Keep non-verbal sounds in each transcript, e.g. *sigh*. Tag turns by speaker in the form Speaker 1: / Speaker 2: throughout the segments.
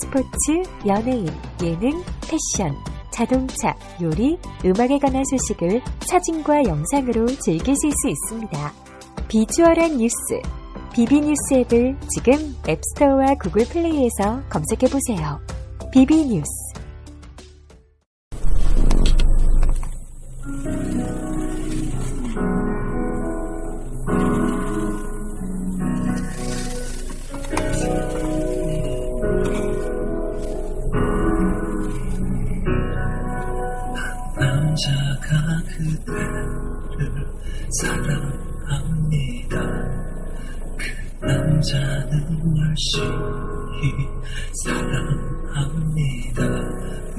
Speaker 1: 스포츠, 연예인, 예능, 패션, 자동차, 요리, 음악에 관한 소식을 사진과 영상으로 즐기실 수 있습니다. 비주얼한 뉴스, 비비뉴스 앱을 지금 앱스토어와 구글 플레이에서 검색해보세요. 비비뉴스
Speaker 2: 남자가 그대를 사랑합니다. 그 남자는 열심히 사랑합니다.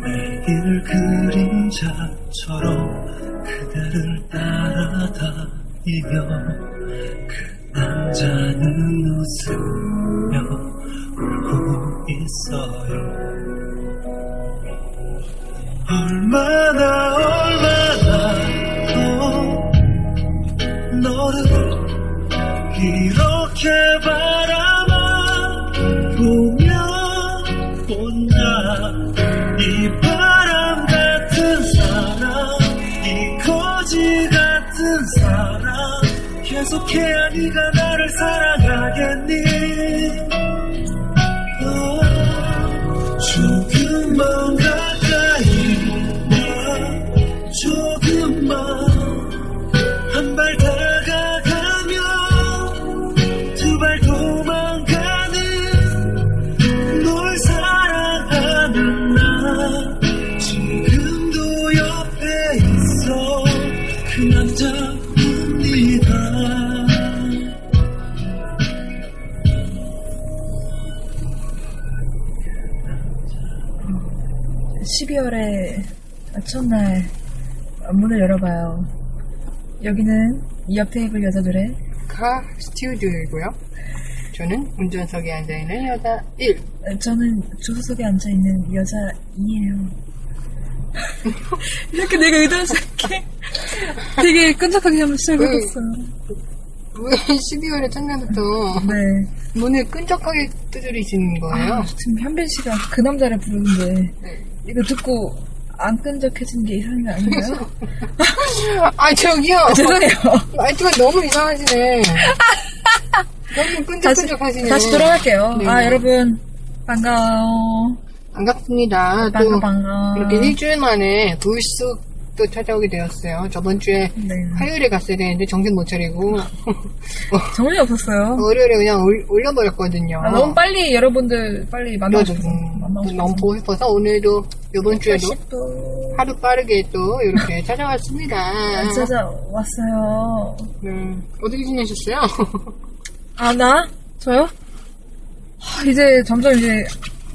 Speaker 2: 매일 그림자처럼 그대를 따라다니며 그 남자는 웃으며 울고 있어요. 얼마나 얼마나 더 너를 이렇게 바라만 보면 혼자 이 바람 같은 사랑 이 거지 같은 사랑 계속해야 네가 나를 사랑하겠니 어, 조금만 가까이 와 조금만 한 발 다가가면 두 발 도망가는 널 사랑하는 나 지금도 옆에 있어 그 남자입니다
Speaker 3: 첫날 문을 열어봐요. 여기는 이 옆에 입을 여자 노래
Speaker 4: 카 스튜디오이고요. 저는 운전석에 앉아있는 여자 1.
Speaker 3: 저는 조수석에 앉아있는 여자 이예요 *laughs* 이렇게 내가 의도하게 *laughs* 되게 끈적하게 한번
Speaker 4: 네.
Speaker 3: 시작해봤어요.
Speaker 4: 왜 *laughs* 12월의 첫날부터
Speaker 3: 네.
Speaker 4: 문을 끈적하게 두드리시는 거예요?
Speaker 3: 아, 지금 현빈 씨가 그 남자를 부르는데
Speaker 4: 네.
Speaker 3: 이거 듣고 안 끈적해진 게 이상한 거
Speaker 4: *laughs*
Speaker 3: 아닌가요?
Speaker 4: 어. 아, 저기요!
Speaker 3: 죄송해요.
Speaker 4: 말투가 너무 이상하시네. 너무 끈적끈적 하시네.
Speaker 3: 다시 돌아갈게요.
Speaker 4: 네.
Speaker 3: 아, 여러분. 반가워.
Speaker 4: 반갑습니다.
Speaker 3: 반가워,
Speaker 4: 또
Speaker 3: 반가워.
Speaker 4: 이렇게 일주일 만에 불쑥또 찾아오게 되었어요. 저번 주에
Speaker 3: 네.
Speaker 4: 화요일에 갔어야 되는데 정신 못 차리고
Speaker 3: 정신이 없었어요.
Speaker 4: 월요일에 그냥 올- 올려버렸거든요.
Speaker 3: 아, 너무 빨리 여러분들 빨리 만나고
Speaker 4: 그래서
Speaker 3: 싶어서
Speaker 4: 어. 좀
Speaker 3: 만나고
Speaker 4: 아, 너무
Speaker 3: 싶어서
Speaker 4: 보고 싶어서 오늘도 이번 주에도
Speaker 3: 또
Speaker 4: 하루 빠르게 또 *laughs* 이렇게 찾아왔습니다.
Speaker 3: 찾아왔어요
Speaker 4: 네. 어떻게 지내셨어요?
Speaker 3: 아 나? 저요? 하, 이제 점점 이제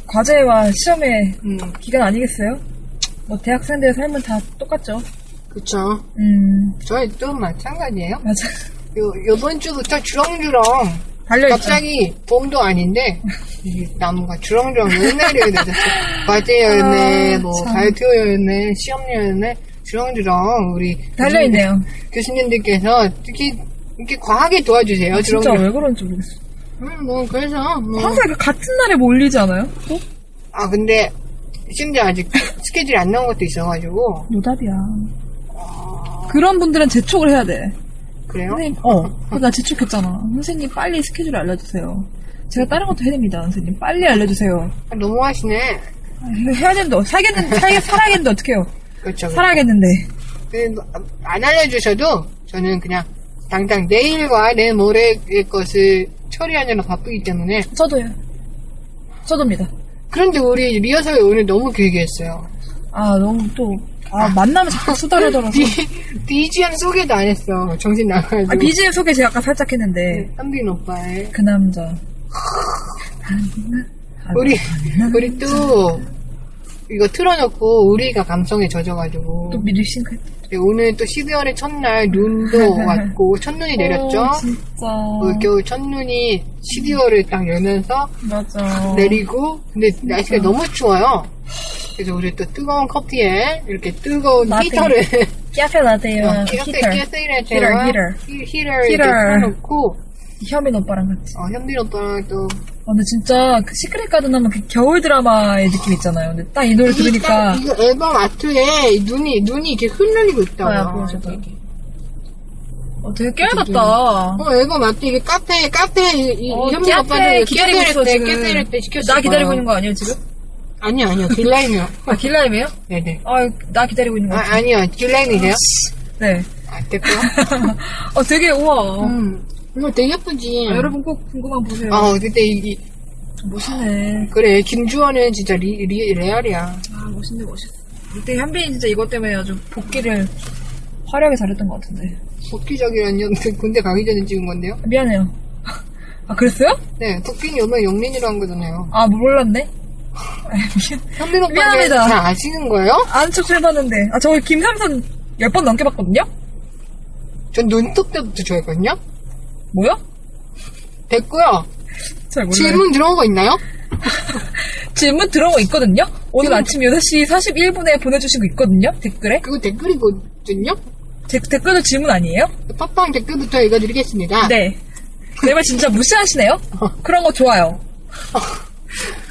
Speaker 3: 과제와 시험의
Speaker 4: 음,
Speaker 3: 기간 아니겠어요? 뭐 대학생들의 삶은 다 똑같죠
Speaker 4: *laughs* 그쵸.
Speaker 3: 음
Speaker 4: 저희 또 마찬가지예요.
Speaker 3: 맞아
Speaker 4: 요, 요번 주부터 주렁주렁
Speaker 3: 달려있죠
Speaker 4: 갑자기 봄도 아닌데 이 나무가 주렁주렁 옛날에 되죠. 과제였네,
Speaker 3: 아,
Speaker 4: 뭐
Speaker 3: 참.
Speaker 4: 발표였네, 시험였네 주렁주렁 우리
Speaker 3: 달려있네요
Speaker 4: 교수님- 교수님들께서 특히 이렇게 과하게 도와주세요.
Speaker 3: 아, 진짜
Speaker 4: 주렁주렁.
Speaker 3: 왜 그런지 모르겠어요
Speaker 4: 음, 뭐 그래서 뭐.
Speaker 3: 항상 그 같은 날에 몰리지 않아요?
Speaker 4: 아 근데 심지어 아직 스케줄이 안 나온 것도 있어가지고
Speaker 3: 노답이야
Speaker 4: 아.
Speaker 3: 그런 분들은 재촉을 해야 돼
Speaker 4: 그래요?
Speaker 3: 선생님, 어. 그거 나 재촉했잖아. 선생님, 빨리 스케줄 알려주세요. 제가 다른 것도 해야 됩니다, 선생님. 빨리 알려주세요.
Speaker 4: 아, 너무하시네.
Speaker 3: 아, 이거 해야 되는데, 살겠는데, 살, 살아야겠는데, 어떡해요.
Speaker 4: 그렇죠.
Speaker 3: 살아야겠는데.
Speaker 4: 그, 뭐, 안 알려주셔도 저는 그냥 당장 내일과 내 모레의 것을 처리하느라 바쁘기 때문에
Speaker 3: 저도요. 저도입니다.
Speaker 4: 그런데 우리 리허설 오늘 너무 길게 했어요.
Speaker 3: 아, 너무 또, 아, 만나면 자꾸 수다를 떨어서.
Speaker 4: BGM 소개도 안 했어. 정신 나가지고.
Speaker 3: 아, BGM 소개 그 제가 아까 살짝 했는데,
Speaker 4: 빈 오빠의
Speaker 3: 그 남자.
Speaker 4: 우리, 우리 또, 이거 틀어놓고 우리가 감성에 젖어가지고.
Speaker 3: 또 미리 싱크.
Speaker 4: 네, 오늘 또 12월의
Speaker 3: *laughs*
Speaker 4: 첫날 눈도 왔고, 첫눈이 내렸죠?
Speaker 3: 어, 진짜.
Speaker 4: 그 겨울 첫눈이 12월을 딱 열면서
Speaker 3: 맞아.
Speaker 4: 내리고, 근데 날씨가 너무 추워요. 그래서 우리 또 뜨거운 커피에 이렇게 뜨거운
Speaker 3: 라떼.
Speaker 4: 히터를
Speaker 3: 어, 카페 라떼요. 히터,
Speaker 4: 히터를 히터를
Speaker 3: 히터.
Speaker 4: 틀어놓고
Speaker 3: 현민 오빠랑 같이.
Speaker 4: 어, 현빈 오빠랑 또
Speaker 3: 아, 근데 진짜 그 시크릿 가든 하면 그 겨울 드라마의 느낌 있잖아요. 근데 딱 이 노래 들으니까
Speaker 4: 이거 앨범 아트에 눈이 눈이 이렇게 흘러리고 있다.
Speaker 3: 아, 보여줘도. 어, 되게 깨알 같다.
Speaker 4: 어 앨범 아트 이게 카페 카페 이- 이
Speaker 3: 어,
Speaker 4: 현빈
Speaker 3: 카페
Speaker 4: 오빠는
Speaker 3: 기다리고 있어, 지금.
Speaker 4: 깨세를 때 시켰어.
Speaker 3: 나 기다리고 있는 거 아니에요 지금?
Speaker 4: 아니요 아니요 길라임이요.
Speaker 3: 아 길라임이에요?
Speaker 4: 네네.
Speaker 3: 아나 기다리고 있는 거
Speaker 4: 아
Speaker 3: 같아.
Speaker 4: 아니요
Speaker 3: *laughs*
Speaker 4: 길라임이세요?
Speaker 3: 네.
Speaker 4: 아 됐고.
Speaker 3: 어 되게 우와.
Speaker 4: 음 이거 되게 예쁘지.
Speaker 3: 아, 여러분 꼭 궁금한 보세요.
Speaker 4: 아 근데 이, 이-
Speaker 3: 멋있네.
Speaker 4: 그래 김주원은 진짜 리, 리 레알이야.
Speaker 3: 아 멋있네 멋있어. 그때 현빈이 진짜 이것 때문에 아주 복귀를 화려하게 잘했던 것 같은데.
Speaker 4: 복귀적이란 연 군대 가기 전에 찍은 건데요.
Speaker 3: 아, 미안해요. *laughs* 아 그랬어요?
Speaker 4: 네 국빈이 오면 용민이로 한 거잖아요.
Speaker 3: 아 몰랐네. *laughs* 아, 미안.
Speaker 4: 현빈 오빠는
Speaker 3: 미안합니다.
Speaker 4: 다 아시는 거예요?
Speaker 3: 아는 척 해봤는데. 아, 저 김삼선 10번 넘게 봤거든요?
Speaker 4: 전 눈톱 때부터 좋아했거든요.
Speaker 3: 뭐야?
Speaker 4: 됐고요.
Speaker 3: 잘 몰라요.
Speaker 4: 질문 들어온 거 있나요?
Speaker 3: 질문 들어온 거 있거든요? 오늘 아침 8시 41분에 보내주신 거 있거든요? 댓글에?
Speaker 4: 그거 댓글이거든요.
Speaker 3: 제- 댓글도 질문 아니에요?
Speaker 4: 팟빵 댓글부터 읽어드리겠습니다.
Speaker 3: 네. 내 말 진짜
Speaker 4: *laughs*
Speaker 3: 무시하시네요? 그런 거 좋아요.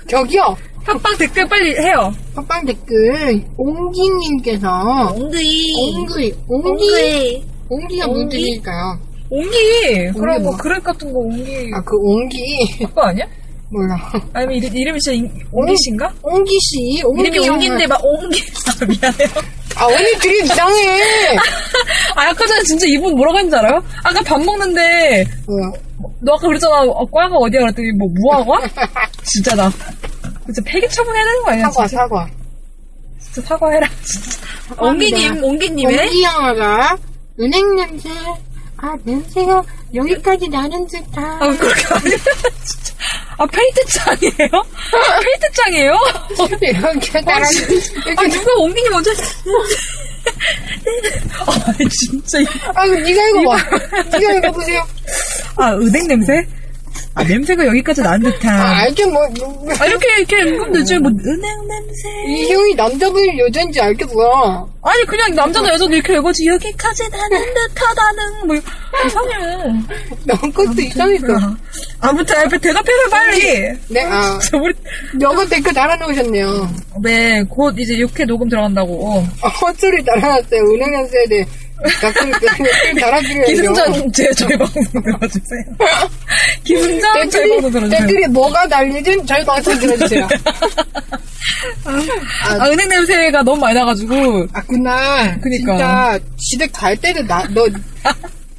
Speaker 4: 저기요.
Speaker 3: 팟빵 댓글 빨리 해요.
Speaker 4: 팟빵 댓글 옹기님께서
Speaker 3: 옹기.
Speaker 4: 옹기 옹기 옹기가 무슨
Speaker 3: 옹기?
Speaker 4: 뜻일까요?
Speaker 3: 옹기! 그런 거,
Speaker 4: 뭐?
Speaker 3: 그릇 같은 거 옹기.
Speaker 4: 아 그 옹기 *laughs*
Speaker 3: 그거 아니야?
Speaker 4: 몰라.
Speaker 3: 아니면 이름, 이름이 진짜 인- 옹기신가?
Speaker 4: 옹기 씨 옹기
Speaker 3: 이름이
Speaker 4: 형은-
Speaker 3: 옹기인데 막 옹기. *laughs* 아, 미안해요.
Speaker 4: 아 오늘 둘이
Speaker 3: *laughs*
Speaker 4: 이상해.
Speaker 3: 아, 아까 전에 진짜 이분 뭐라고 했는지 알아요? 아까 밥 먹는데
Speaker 4: 뭐야?
Speaker 3: 너 아까 그랬잖아. 어, 꽈가 어디야? 그랬더니 뭐 무화과? *laughs* 진짜 나. 진짜 폐기 처분해야 되는 거 아니야?
Speaker 4: 사과
Speaker 3: 진짜,
Speaker 4: 사과.
Speaker 3: 진짜 사과해라. 진짜. 옹기님, 옹기님의
Speaker 4: 옹기 형아가 은행 냄새 아 냄새가 여기까지 나는 듯한.
Speaker 3: 아 그렇게 아니야. 진짜. 아 *laughs* 페이트장이에요? 페이트장이에요?
Speaker 4: 이렇게 따라
Speaker 3: 아
Speaker 4: 이렇게
Speaker 3: 누가 옹기님 먼저? *laughs* 아 진짜. 이-
Speaker 4: 아, 그럼 니가 읽어봐. 니가 읽어보세요.
Speaker 3: 아 은행 냄새? 아 냄새가 여기까지 나는
Speaker 4: 아,
Speaker 3: 듯한.
Speaker 4: 알게 뭐, 뭐,
Speaker 3: 아 이렇게 이렇게 읽으면 되지 뭐 은행 냄새.
Speaker 4: 이 형이 남자분이 여자인지 알게 뭐야.
Speaker 3: 아니 그냥 남자나 여자도 이렇게 읽어지 네. 여기까지 나는 듯하다는 뭐 이상해.
Speaker 4: 넌 것도 이상했어.
Speaker 3: 그러니까. 아무튼 앞에 대답해서 빨리.
Speaker 4: 네, 아,
Speaker 3: 저 우리
Speaker 4: 여거 댓글 달아놓으셨네요.
Speaker 3: 네, 곧 이제 육회 녹음 들어간다고.
Speaker 4: 어, 헛소리 달아놨어요. 은행 연수에 대해. 가끔 댓글
Speaker 3: 네,
Speaker 4: 달아드려요.
Speaker 3: 기승전 제 저희 방송 *laughs* 들어주세요. 기승전 저희 방송
Speaker 4: 댓글이,
Speaker 3: 들어주세요.
Speaker 4: 댓글이 뭐가 달리든 저희 방송 들어주세요.
Speaker 3: 아, 은행 냄새가 너무 많이 나가지고.
Speaker 4: 아, 그날.
Speaker 3: 그니까.
Speaker 4: 진짜, 지댁 갈 때도 나,
Speaker 3: *laughs*
Speaker 4: 너,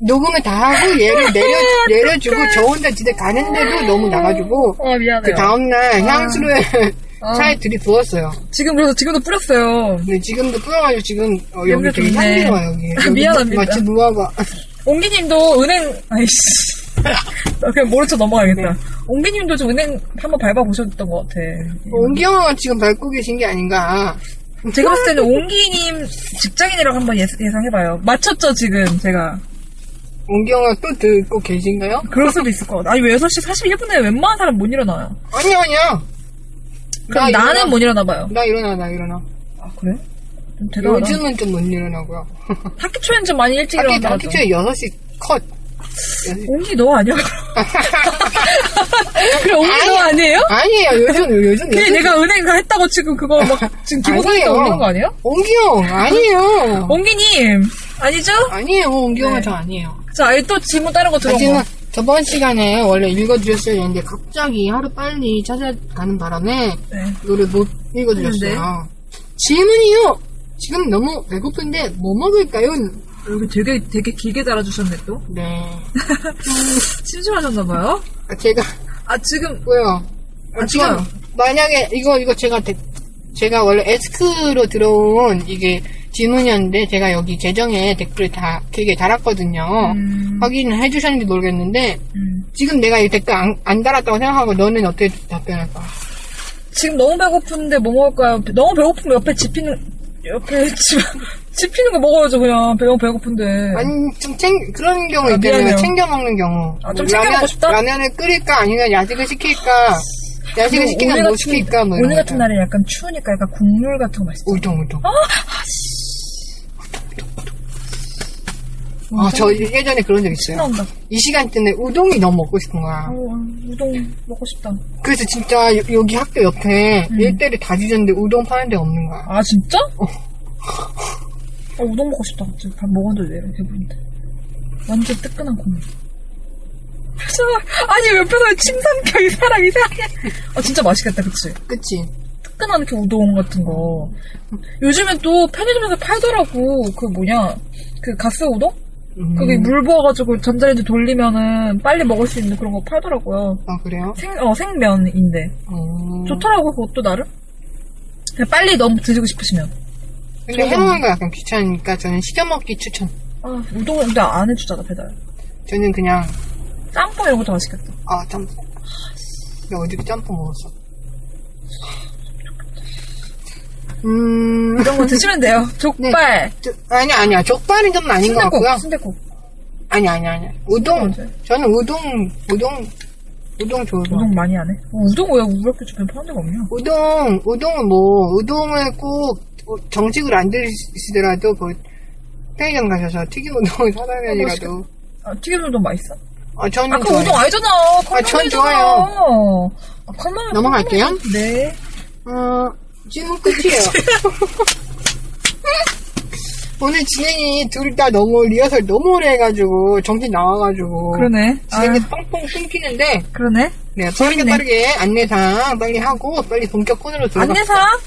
Speaker 4: 녹음을 다 하고 얘를 내려, 내려주고 저 혼자 지댁 가는데도 너무 나가지고.
Speaker 3: 아
Speaker 4: 그
Speaker 3: 미안해요.
Speaker 4: 다음날 향수를 차에 들이부었어요.
Speaker 3: 지금 그래서 지금도 뿌렸어요.
Speaker 4: 근데 지금도 뿌려가지고 지금 어, 여기
Speaker 3: 냄새
Speaker 4: 되게
Speaker 3: 좋네. *laughs*
Speaker 4: 향기로워요 여기. 여기
Speaker 3: 미안합니다.
Speaker 4: 마치 무화과. 어,
Speaker 3: 옹기님도 은행 아이씨. *laughs* 나 그냥 모른 척 넘어가야겠다. 옹기님도 좀 은행 한번 밟아보셨던 것 같아.
Speaker 4: 옹경아 지금 밟고 계신 게 아닌가.
Speaker 3: 제가 봤을 때는 옹기님 직장인이라고 한번 예스- 예상해봐요. 맞췄죠 지금 제가.
Speaker 4: 옹경아 또 듣고 계신가요?
Speaker 3: 그럴 수도 있을 것 같아. 아니, 왜 6시 41분에 웬만한 사람 못 일어나요?
Speaker 4: 아니야 아니야.
Speaker 3: 그럼
Speaker 4: 나
Speaker 3: 나는
Speaker 4: 일어나.
Speaker 3: 못 일어나봐요.
Speaker 4: 나 일어나 나 일어나.
Speaker 3: 아, 그래? 좀 대단하다.
Speaker 4: 요즘은 좀 못 일어나고요.
Speaker 3: 학기 초엔 좀 많이 일찍
Speaker 4: 학기
Speaker 3: 일어나더라도.
Speaker 4: 학기 초에 6시 컷. *laughs*
Speaker 3: 옹기 너 아니야? *laughs* 그래, 옹기 어, 너 아니에요?
Speaker 4: 아니에요 요즘 요즘
Speaker 3: 그냥
Speaker 4: 요즘-
Speaker 3: 내가 은행 가 했다고 지금 그거 막 지금 기본상에
Speaker 4: 아니에요.
Speaker 3: 올리는 거 아니에요?
Speaker 4: 옹경 아니에요.
Speaker 3: 옹기님 아니죠?
Speaker 4: 아니에요 옹경아
Speaker 3: 네.
Speaker 4: 저 아니에요.
Speaker 3: 자, 아니, 또 질문 다른 거 들어온
Speaker 4: 하지만
Speaker 3: 거.
Speaker 4: 저번 시간에 원래 읽어드렸어야 했는데 갑자기 하루 빨리 찾아가는 바람에
Speaker 3: 네.
Speaker 4: 이거를 못
Speaker 3: 음,
Speaker 4: 읽어드렸어요. 질문이요. 지금 너무 배고픈데 뭐 먹을까요?
Speaker 3: 아, 여기 되게 되게 길게 달아주셨네 또.
Speaker 4: 네.
Speaker 3: 심심하셨나봐요.
Speaker 4: 아, 제가
Speaker 3: 아 지금
Speaker 4: 뭐요?
Speaker 3: 아, 좋아요.
Speaker 4: 만약에 이거 이거 제가 데- 제가 원래 에스크로 들어온 이게 질문이었는데 제가 여기 계정에 댓글을 다 되게 달았거든요.
Speaker 3: 음.
Speaker 4: 확인을 해주셨는지 모르겠는데
Speaker 3: 음.
Speaker 4: 지금 내가 이 댓글 안, 안 달았다고 생각하고 너는 어떻게 답변할까?
Speaker 3: 지금 너무 배고픈데 뭐 먹을까요? 너무 배고프면 옆에 집히는 옆에 집 *laughs* 집히는 거 먹어야죠 그냥 너무 배고픈데.
Speaker 4: 아니, 좀 챙, 그런 경우
Speaker 3: 네. 아,
Speaker 4: 있잖아요.
Speaker 3: 미안해요.
Speaker 4: 챙겨 먹는 경우.
Speaker 3: 아, 좀 챙겨 먹고 싶다?
Speaker 4: 라면을 끓일까? 아니면 야식을 시킬까? 야식을
Speaker 3: 그리고
Speaker 4: 시키면 뭐 시킬까? 뭐 이런
Speaker 3: 오늘 같은
Speaker 4: 거죠.
Speaker 3: 날에 약간 추우니까 약간 국물 같은 거 맛있어.
Speaker 4: 울동, 아, 울동. 아, 저 예전에 그런 적 있어요.
Speaker 3: 나온다.
Speaker 4: 이 시간대는 우동이 너무 먹고 싶은 거야.
Speaker 3: 음. 우동 먹고 싶다.
Speaker 4: 그래서 진짜 여- 여기 학교 옆에
Speaker 3: 음.
Speaker 4: 일대를 다 뒤졌는데 우동 파는 데가 없는 거야.
Speaker 3: 아 진짜? 아, 우동 먹고 싶다. 갑자기 밥 먹었는데 왜 이렇게 배부른데. 완전 뜨끈한 국물. *laughs* 그래서 아니 옆에서 침 삼켜 이 사람 이상해. 아 진짜 맛있겠다 그치?
Speaker 4: 그치?
Speaker 3: 뜨끈한 이렇게 우동 같은 거. 요즘엔 또 편의점에서 팔더라고. 그 뭐냐 그 가스 우동?
Speaker 4: 음.
Speaker 3: 그게 물 부어가지고 전자레인지 돌리면은 빨리 먹을 수 있는 그런 거 팔더라고요.
Speaker 4: 아, 그래요?
Speaker 3: 생, 어, 생면인데.
Speaker 4: 어.
Speaker 3: 좋더라고, 그것도 나름. 그냥 빨리 너무 드시고 싶으시면.
Speaker 4: 근데 해먹는 거 약간 귀찮으니까 저는 시켜먹기 추천.
Speaker 3: 아, 우동은 근데 안 해주잖아, 배달.
Speaker 4: 저는 그냥,
Speaker 3: 짬뽕 이런 것도 맛있겠다.
Speaker 4: 아, 짬뽕. 내가 어저께 짬뽕 먹었어. 음,
Speaker 3: 이런 거 드시면 돼요. 족발,
Speaker 4: 저- 아니야, 아니야. 족발은 좀 아닌 것
Speaker 3: 순대국,
Speaker 4: 같고요.
Speaker 3: 순대국.
Speaker 4: 아니야, 아니야, 아니야. 우동. 저는 우동, 우동, 우동 좋을 것 같아.
Speaker 3: 우동 많이 안 해? 어, 우동 왜 우리 학교 주변에 파는 데가 없냐?
Speaker 4: 우동, 우동은 뭐, 우동을 꼭 정식으로 안 드시더라도, 그, 편의점 가셔서 튀김 우동을 *laughs* 사다면이라도.
Speaker 3: 아, 튀김 우동 맛있어?
Speaker 4: 아, 저는
Speaker 3: 아까
Speaker 4: 좋아요.
Speaker 3: 우동 알잖아. 컵라면이잖아.
Speaker 4: 전 좋아요.
Speaker 3: 아, 컵라면.
Speaker 4: 넘어갈게요.
Speaker 3: 컵라면. 네.
Speaker 4: 어,
Speaker 3: *laughs*
Speaker 4: 질문 끝이에요. 오늘 진행이 둘 다 너무 리허설 너무 오래 해가지고, 정신 나와가지고.
Speaker 3: 그러네. 아,
Speaker 4: 진행이 뻥뻥 끊기는데,
Speaker 3: 그러네.
Speaker 4: 네, 빠르게 빠르게 안내사항 빨리 하고, 빨리 본격 코너로 들어가.
Speaker 3: 안내사항?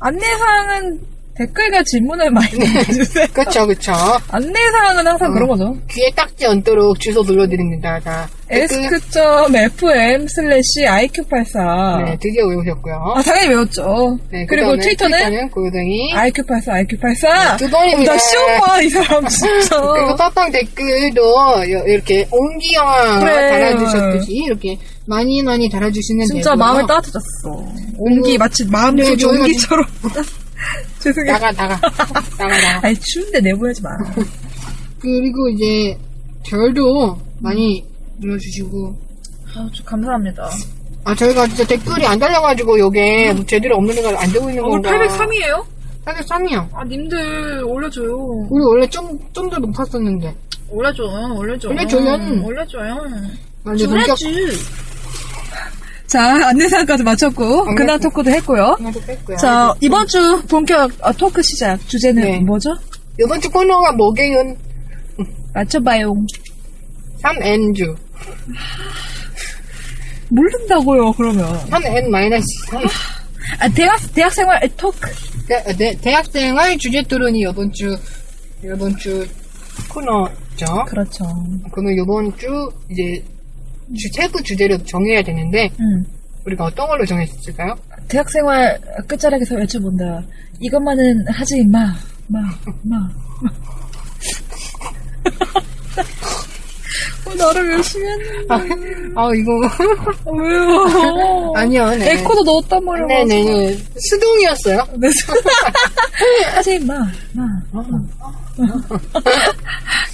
Speaker 3: 안내사항은 댓글과 질문을 많이
Speaker 4: 네. *laughs*
Speaker 3: 남겨주세요.
Speaker 4: 그쵸, 그쵸.
Speaker 3: 안내사항은
Speaker 4: 어.
Speaker 3: 항상 그런 거죠.
Speaker 4: 귀에 딱지 않도록 주소 눌러드립니다. 네, 그, 자, 댓글.
Speaker 3: 에스크.fm 슬래시 IQ84.
Speaker 4: 네, 드디어 외우셨고요.
Speaker 3: 아, 당연히 외웠죠.
Speaker 4: 네,
Speaker 3: 그리고
Speaker 4: 그다음에
Speaker 3: 트위터는
Speaker 4: 트위터는 고요동이
Speaker 3: IQ84, IQ84.
Speaker 4: 두 번입니다.
Speaker 3: 어, 나 시험 봐, 이
Speaker 4: *laughs*
Speaker 3: 사람 진짜.
Speaker 4: 그리고 팟빵 댓글도 여- 이렇게 옹기영화
Speaker 3: 그래.
Speaker 4: 달아주셨듯이 이렇게 많이 많이 달아주시는
Speaker 3: 진짜
Speaker 4: 데고요. 네,
Speaker 3: 마음이 따뜻해졌어. 온기, 마치 마음속이
Speaker 4: 저희가
Speaker 3: 온기처럼. *laughs* 죄송해요.
Speaker 4: 나가 나가 나가 나가
Speaker 3: *laughs* 아니, 추운데 내보내지 마.
Speaker 4: 그리고 이제 절도 많이 눌러주시고
Speaker 3: 아, 저 감사합니다.
Speaker 4: 아 저희가 진짜 댓글이 안 달려가지고 요게 제대로 없는 걸 안 되고 있는
Speaker 3: 아, 오늘
Speaker 4: 건가
Speaker 3: 803이에요?
Speaker 4: 803이요
Speaker 3: 아, 님들 올려줘요.
Speaker 4: 우리 원래 좀 좀 더 높았었는데
Speaker 3: 올려줘, 올려줘.
Speaker 4: 올려줘요.
Speaker 3: 올려줘요.
Speaker 4: 아, 이제 본격
Speaker 3: 자, 안내사항까지 마쳤고, 근황 토크도 했고요.
Speaker 4: 하나도 뺐고요
Speaker 3: 자, 이번 주 본격 어, 토크 시작. 주제는
Speaker 4: 네.
Speaker 3: 뭐죠?
Speaker 4: 이번 주 코너가 뭐게요
Speaker 3: 맞춰봐요.
Speaker 4: 3N주
Speaker 3: 모른다고요, 그러면.
Speaker 4: 3N 마이너스
Speaker 3: *laughs*
Speaker 4: 3
Speaker 3: 아, 대학, 대학생활 토크.
Speaker 4: 대, 대, 대학생활 주제 토론이 이번 주 이번 주 코너죠.
Speaker 3: 그렇죠.
Speaker 4: 그러면 이번 주 이제 주 세부 주제를 정해야 되는데
Speaker 3: 음.
Speaker 4: 우리가 어떤 걸로 정했을까요?
Speaker 3: 대학생활 끝자락에서 외쳐본다. 이것만은 하지 마, 마, 마. *laughs* 어, 나를 열심히 했는데.
Speaker 4: 아 이거
Speaker 3: 어, 왜요?
Speaker 4: *laughs* 아니요. 네.
Speaker 3: 에코도 넣었단 말이야.
Speaker 4: 네네 수동이었어요.
Speaker 3: 네. *laughs* 하지 마, 마, 마. *laughs*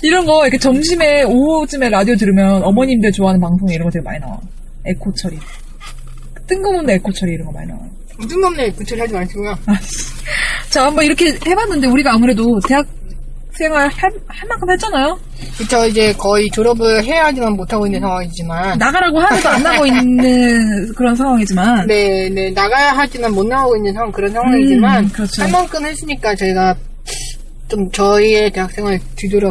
Speaker 3: 이런 거, 이렇게 점심에, 오후쯤에 라디오 들으면 어머님들 좋아하는 방송 이런 거 되게 많이 나와. 에코 처리. 뜬금없는 에코 처리 이런 거 많이 나와.
Speaker 4: 무슨 놈네 구출 하지 마시고요.
Speaker 3: 자, 한번 이렇게 해봤는데, 우리가 아무래도 대학 생활 할, 할 만큼 했잖아요?
Speaker 4: 그쵸 이제 거의 졸업을 해야지만 못하고 있는 상황이지만
Speaker 3: 나가라고 하는데도 안 나고 있는 *laughs* 그런 상황이지만.
Speaker 4: 네네 나가야 하지만 못 나오고 있는 상황 그런 상황이지만
Speaker 3: 음, 그렇죠.
Speaker 4: 할 만큼 했으니까 저희가 좀 저희의 대학생활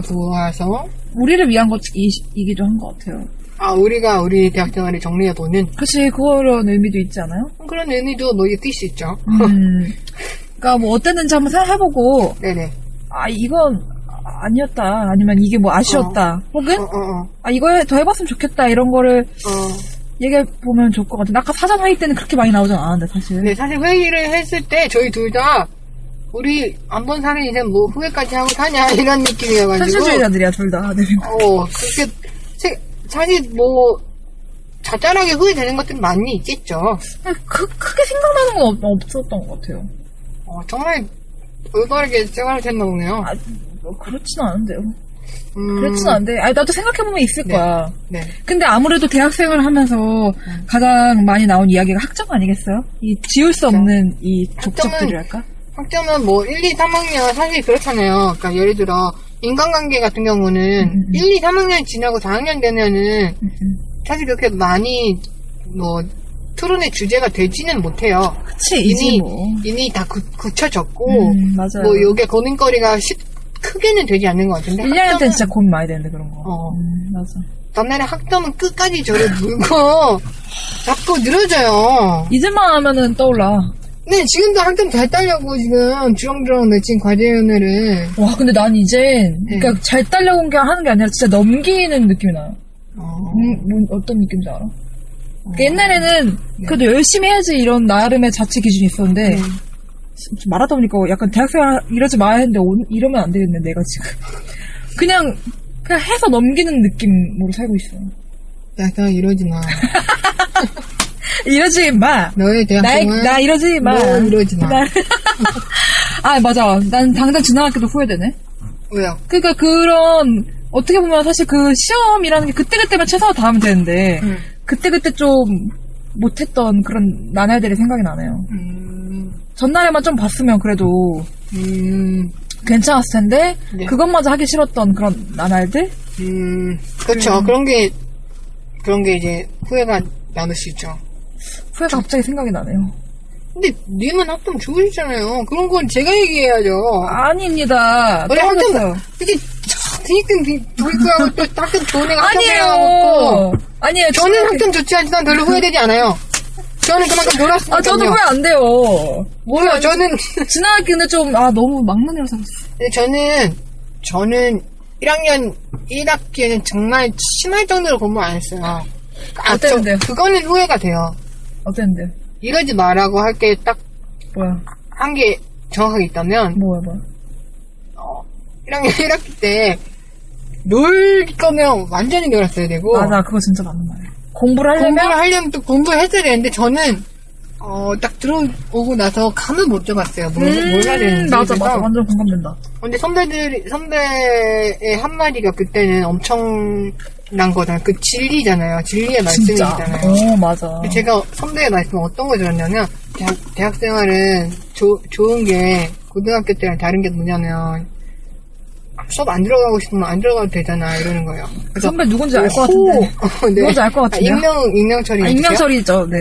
Speaker 4: 뒤돌아보아서
Speaker 3: 우리를 위한 것이기도 한 것 같아요.
Speaker 4: 아, 우리가 우리 대학생활을 정리해보는
Speaker 3: 그치, 그런 의미도 있지
Speaker 4: *laughs*
Speaker 3: 않아요?
Speaker 4: 그런 의미도 뭐 있을 수 있죠.
Speaker 3: 음. 그니까 뭐 어땠는지 한번 생각해보고,
Speaker 4: 네네.
Speaker 3: 아, 이건 아니었다. 아니면 이게 뭐 아쉬웠다. 혹은,
Speaker 4: 어, 어, 어.
Speaker 3: 아, 이거 더 해봤으면 좋겠다. 이런 거를
Speaker 4: 어.
Speaker 3: 얘기해보면 좋을 것 같은데. 아까 사전 회의 때는 그렇게 많이 나오지 않았는데, 사실.
Speaker 4: 근데 사실 회의를 했을 때 저희 둘 다 우리 안 본 사람이 이제 뭐 후회까지 하고 사냐 이런 느낌이어가지고.
Speaker 3: 현실주의자들이야, 둘 다. 네.
Speaker 4: 어, 그게 사실 뭐 자잘하게 후회되는 것들이 많이 있겠죠.
Speaker 3: 그, 크게 생각나는 건 없- 없었던 것 같아요.
Speaker 4: 어, 정말 올바르게 생활을 했나 보네요.
Speaker 3: 아, 뭐 그렇진 않은데요.
Speaker 4: 음,
Speaker 3: 그렇진 않은데, 아니, 나도 생각해보면 있을
Speaker 4: 네.
Speaker 3: 거야.
Speaker 4: 네.
Speaker 3: 근데 아무래도 대학생을 하면서
Speaker 4: 음.
Speaker 3: 가장 많이 나온 이야기가 학점 아니겠어요? 이 지울 수 없는 이
Speaker 4: 그러니까. 학점은-
Speaker 3: 족적들이랄까?
Speaker 4: 학점은 뭐 1, 2, 3학년 사실 그렇잖아요. 그러니까 예를 들어 인간관계 같은
Speaker 3: 음,
Speaker 4: 경우는 1, 2, 3학년 지나고 4학년 되면은
Speaker 3: 음.
Speaker 4: 사실 그렇게 많이 뭐 토론의 주제가 되지는 못해요.
Speaker 3: 그치,
Speaker 4: 이미
Speaker 3: 이제 뭐.
Speaker 4: 이미 다 굳- 굳혀졌고
Speaker 3: 음, 맞아요.
Speaker 4: 뭐 요게 고민거리가 쉽, 크게는 되지 않는 것 같은데
Speaker 3: 1학년
Speaker 4: 학점은-
Speaker 3: 때는 진짜 고민 많이 되는데, 그런 거.
Speaker 4: 어.
Speaker 3: 음, 맞아.
Speaker 4: 남날의 학점은 끝까지 저를 물고 자꾸 늘어져요.
Speaker 3: 잊을만 하면은 떠올라.
Speaker 4: 네, 지금도 학점 잘 따려고 지금 주렁주렁 내친 과제위원회를
Speaker 3: 와, 근데 난 이제,
Speaker 4: 네.
Speaker 3: 그니까 잘 딸려온 게 하는 게 아니라 진짜 넘기는 느낌이 나요.
Speaker 4: 어,
Speaker 3: 음, 뭔, 어떤 느낌인지 알아? 예. 그 옛날에는 그래도 열심히 해야지 이런 나름의 자체 기준이 있었는데 좀 말하다 보니까 약간 대학생 이러지 마 했는데 오- 이러면 안 되겠네 내가 지금 *laughs* 그냥 그냥 해서 넘기는 느낌으로 살고 있어
Speaker 4: 야, 너 이러지 마.
Speaker 3: 이러지 마
Speaker 4: 너의
Speaker 3: 나의-
Speaker 4: 대학생은
Speaker 3: 나 이러지 마
Speaker 4: 너뭐 이러지 마.
Speaker 3: 나- *laughs* 아 맞아 난 당장 지나갔기도 후회되네
Speaker 4: 왜요?
Speaker 3: 그러니까 그런 어떻게 보면 사실 그 시험이라는 게 그때그때만 최선을 다하면 되는데
Speaker 4: 음.
Speaker 3: 그때그때 좀 못했던 그런 나날들이 생각이 나네요.
Speaker 4: 음,
Speaker 3: 전날에만 좀 봤으면 그래도
Speaker 4: 음,
Speaker 3: 괜찮았을 텐데
Speaker 4: 네.
Speaker 3: 그것마저 하기 싫었던 그런 나날들?
Speaker 4: 음, 그렇죠. 그런 게 그런 게 이제 후회가 남을 수 있죠.
Speaker 3: 후회가 갑자기 생각이 나네요.
Speaker 4: 근데 님은 학점 좋으시잖아요. 그런 건 제가 얘기해야죠.
Speaker 3: 아닙니다.
Speaker 4: 원래
Speaker 3: 아, 떨어졌어요.
Speaker 4: 학점 이게 그니까 도입구하고 또 학점 좋은
Speaker 3: *laughs*
Speaker 4: 애가 학점
Speaker 3: 아니에요.
Speaker 4: 해가고
Speaker 3: 아니에요.
Speaker 4: 저는 학점 좋지 않지만 별로 후회되지 않아요. 저는 그만큼 놀았으니까요.
Speaker 3: 아 저도 후회 안 돼요.
Speaker 4: 뭐요? 저는
Speaker 3: 지나가기는 좀 아 너무 막난이라고 생각했어.
Speaker 4: 근데 저는 저는 1학년 1학기에는 정말 심할 정도로 공부 안 했어요. 아, 저,
Speaker 3: 어땠는데요?
Speaker 4: 그거는 후회가 돼요.
Speaker 3: 어땠는데?
Speaker 4: 이러지 말라고 할 게 딱 한 게
Speaker 3: 뭐야?
Speaker 4: 정확하게 있다면 어,
Speaker 3: 뭐야 뭐야?
Speaker 4: 1학년 1학기 때 놀 거면 완전히 놀았어야 되고
Speaker 3: 맞아 그거 진짜 맞는 말이야. 공부를 하려면
Speaker 4: 공부를 하려면 또 공부했어야 되는데 저는 어, 딱 들어오고 나서 감을 못 잡았어요. 뭘, 뭘 해야 되는지.
Speaker 3: 음, 맞아 맞아
Speaker 4: 그래서
Speaker 3: 완전 공감된다.
Speaker 4: 근데 선배들이, 선배의 한마디가 그때는 엄청난 거잖아요. 그 진리잖아요. 진리의
Speaker 3: 진짜.
Speaker 4: 말씀이잖아요.
Speaker 3: 어 맞아.
Speaker 4: 근데 제가 선배의 말씀 어떤 걸 들었냐면, 대학, 대학 생활은 조- 좋은 게, 고등학교 때랑 다른 게 뭐냐면, 수업 안 들어가고 싶으면 안 들어가도 되잖아, 이러는 거예요. 그래서,
Speaker 3: 선배 누군지 알 것 같은데.
Speaker 4: 호! 네.
Speaker 3: 누군지 알것 같은데요?
Speaker 4: 아, 익명, 익명 처리.
Speaker 3: 아, 익명 처리죠. 네.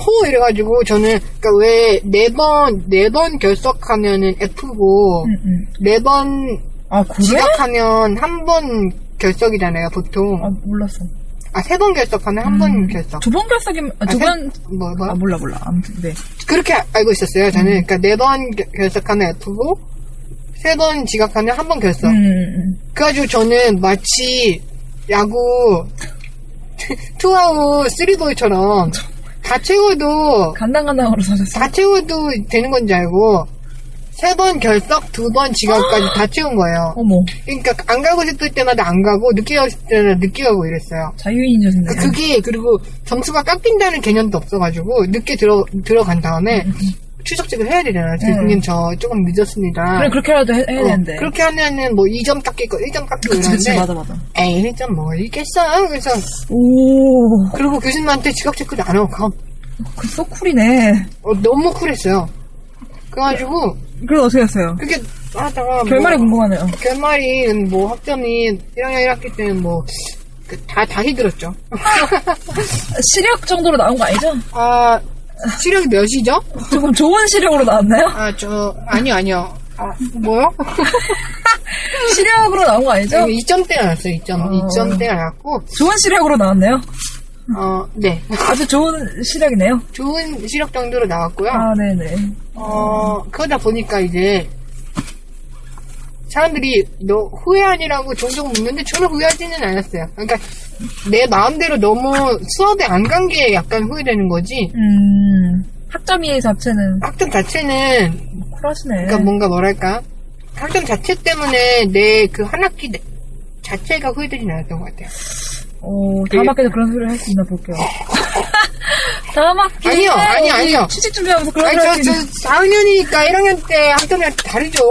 Speaker 4: 오호 이래가지고 저는 그러니까 왜 네 번 네 번 결석하면은 F고
Speaker 3: 응, 응.
Speaker 4: 네 번
Speaker 3: 아 그래?
Speaker 4: 지각하면 한 번 결석이잖아요 보통
Speaker 3: 아 몰랐어. 음.
Speaker 4: 아 세 번 결석하면 한 번 결석
Speaker 3: 두 번 결석이면 아,
Speaker 4: 아, 세-
Speaker 3: 두번
Speaker 4: 뭐, 뭐
Speaker 3: 아 음. 몰라 몰라 아무튼 네.
Speaker 4: 그렇게 알고 있었어요 저는 그러니까 네 번 결석하면 F고 세 번 지각하면 한 번 결석
Speaker 3: 음, 음,
Speaker 4: 그래가지고 저는 마치 야구 *laughs* 투아웃 쓰리볼처럼 다 채워도
Speaker 3: 간당간당으로 사셨어.
Speaker 4: 다 채워도 되는 건지 알고 세 번 결석, 두 번 지각까지 다 채운 거예요.
Speaker 3: 어머
Speaker 4: 그러니까 안 가고 싶을 때마다 안 가고 늦게 가고 싶을 때마다 늦게 가고 이랬어요.
Speaker 3: 자유인이죠
Speaker 4: 그-
Speaker 3: 생각.
Speaker 4: 그게 그리고 점수가 깎인다는 개념도 없어가지고 늦게 들어 들어간 다음에 출석직을 해야 되잖아요. 대표님 저 조금 늦었습니다.
Speaker 3: 네. 그래 그렇게라도 해, 해야
Speaker 4: 어,
Speaker 3: 되는데.
Speaker 4: 그렇게 하면은 뭐 2점 깎이고 1점 깎이고
Speaker 3: *laughs* 그치 그치
Speaker 4: 이러는데
Speaker 3: 맞아 맞아.
Speaker 4: 에이 1점 뭐 있겠어. 그래서
Speaker 3: 오
Speaker 4: 그리고 교수님한테 지각 체크도 안 하고 가.
Speaker 3: 그 소쿨이네.
Speaker 4: 어, 너무 쿨했어요. 그래가지고
Speaker 3: 그래서 어떻게 했어요?
Speaker 4: 그렇게 하다가
Speaker 3: 결말이
Speaker 4: 뭐-
Speaker 3: 궁금하네요.
Speaker 4: 결말이 뭐 학점이 1학년 1학기 때는 뭐 다 다시 들었죠.
Speaker 3: 시력 정도로 나온 거 아니죠?
Speaker 4: 아 시력이 몇이죠?
Speaker 3: 조금 좋은 시력으로 나왔나요?
Speaker 4: 아 저 아니요 아니요. 아 뭐요?
Speaker 3: 시력으로 나온 거 아니죠?
Speaker 4: 네. 2점대가 났어요. 2점
Speaker 3: 어.
Speaker 4: 2점대가 났고
Speaker 3: 좋은 시력으로 나왔네요.
Speaker 4: 어네
Speaker 3: 아주 좋은 시력이네요.
Speaker 4: 좋은 시력 정도로 나왔고요.
Speaker 3: 아 네네.
Speaker 4: 어 그러다 보니까 이제 사람들이 너 후회하니라고 종종 묻는데 저는 후회하지는 않았어요. 그러니까 내 마음대로 너무 수업에 안 간 게 약간 후회되는 거지.
Speaker 3: 음 학점이 자체는
Speaker 4: 학점 자체는
Speaker 3: 쿨하시네.
Speaker 4: 그러니까 뭔가 뭐랄까 학점 자체 때문에 내 그 한 학기 내- 자체가 후회되진 않았던 것 같아요.
Speaker 3: 어, 다음 학기도 그런 소리를 할 수 있나
Speaker 4: *laughs*
Speaker 3: 볼게요. 다음 학기 네,
Speaker 4: 아니요, 아니, 아니요.
Speaker 3: 취직 준비하면서 그런
Speaker 4: 아니,
Speaker 3: 소리 할
Speaker 4: 저,
Speaker 3: 수
Speaker 4: 저,
Speaker 3: 있나
Speaker 4: 4학년이니까 1학년 때 학점이랑 다르죠.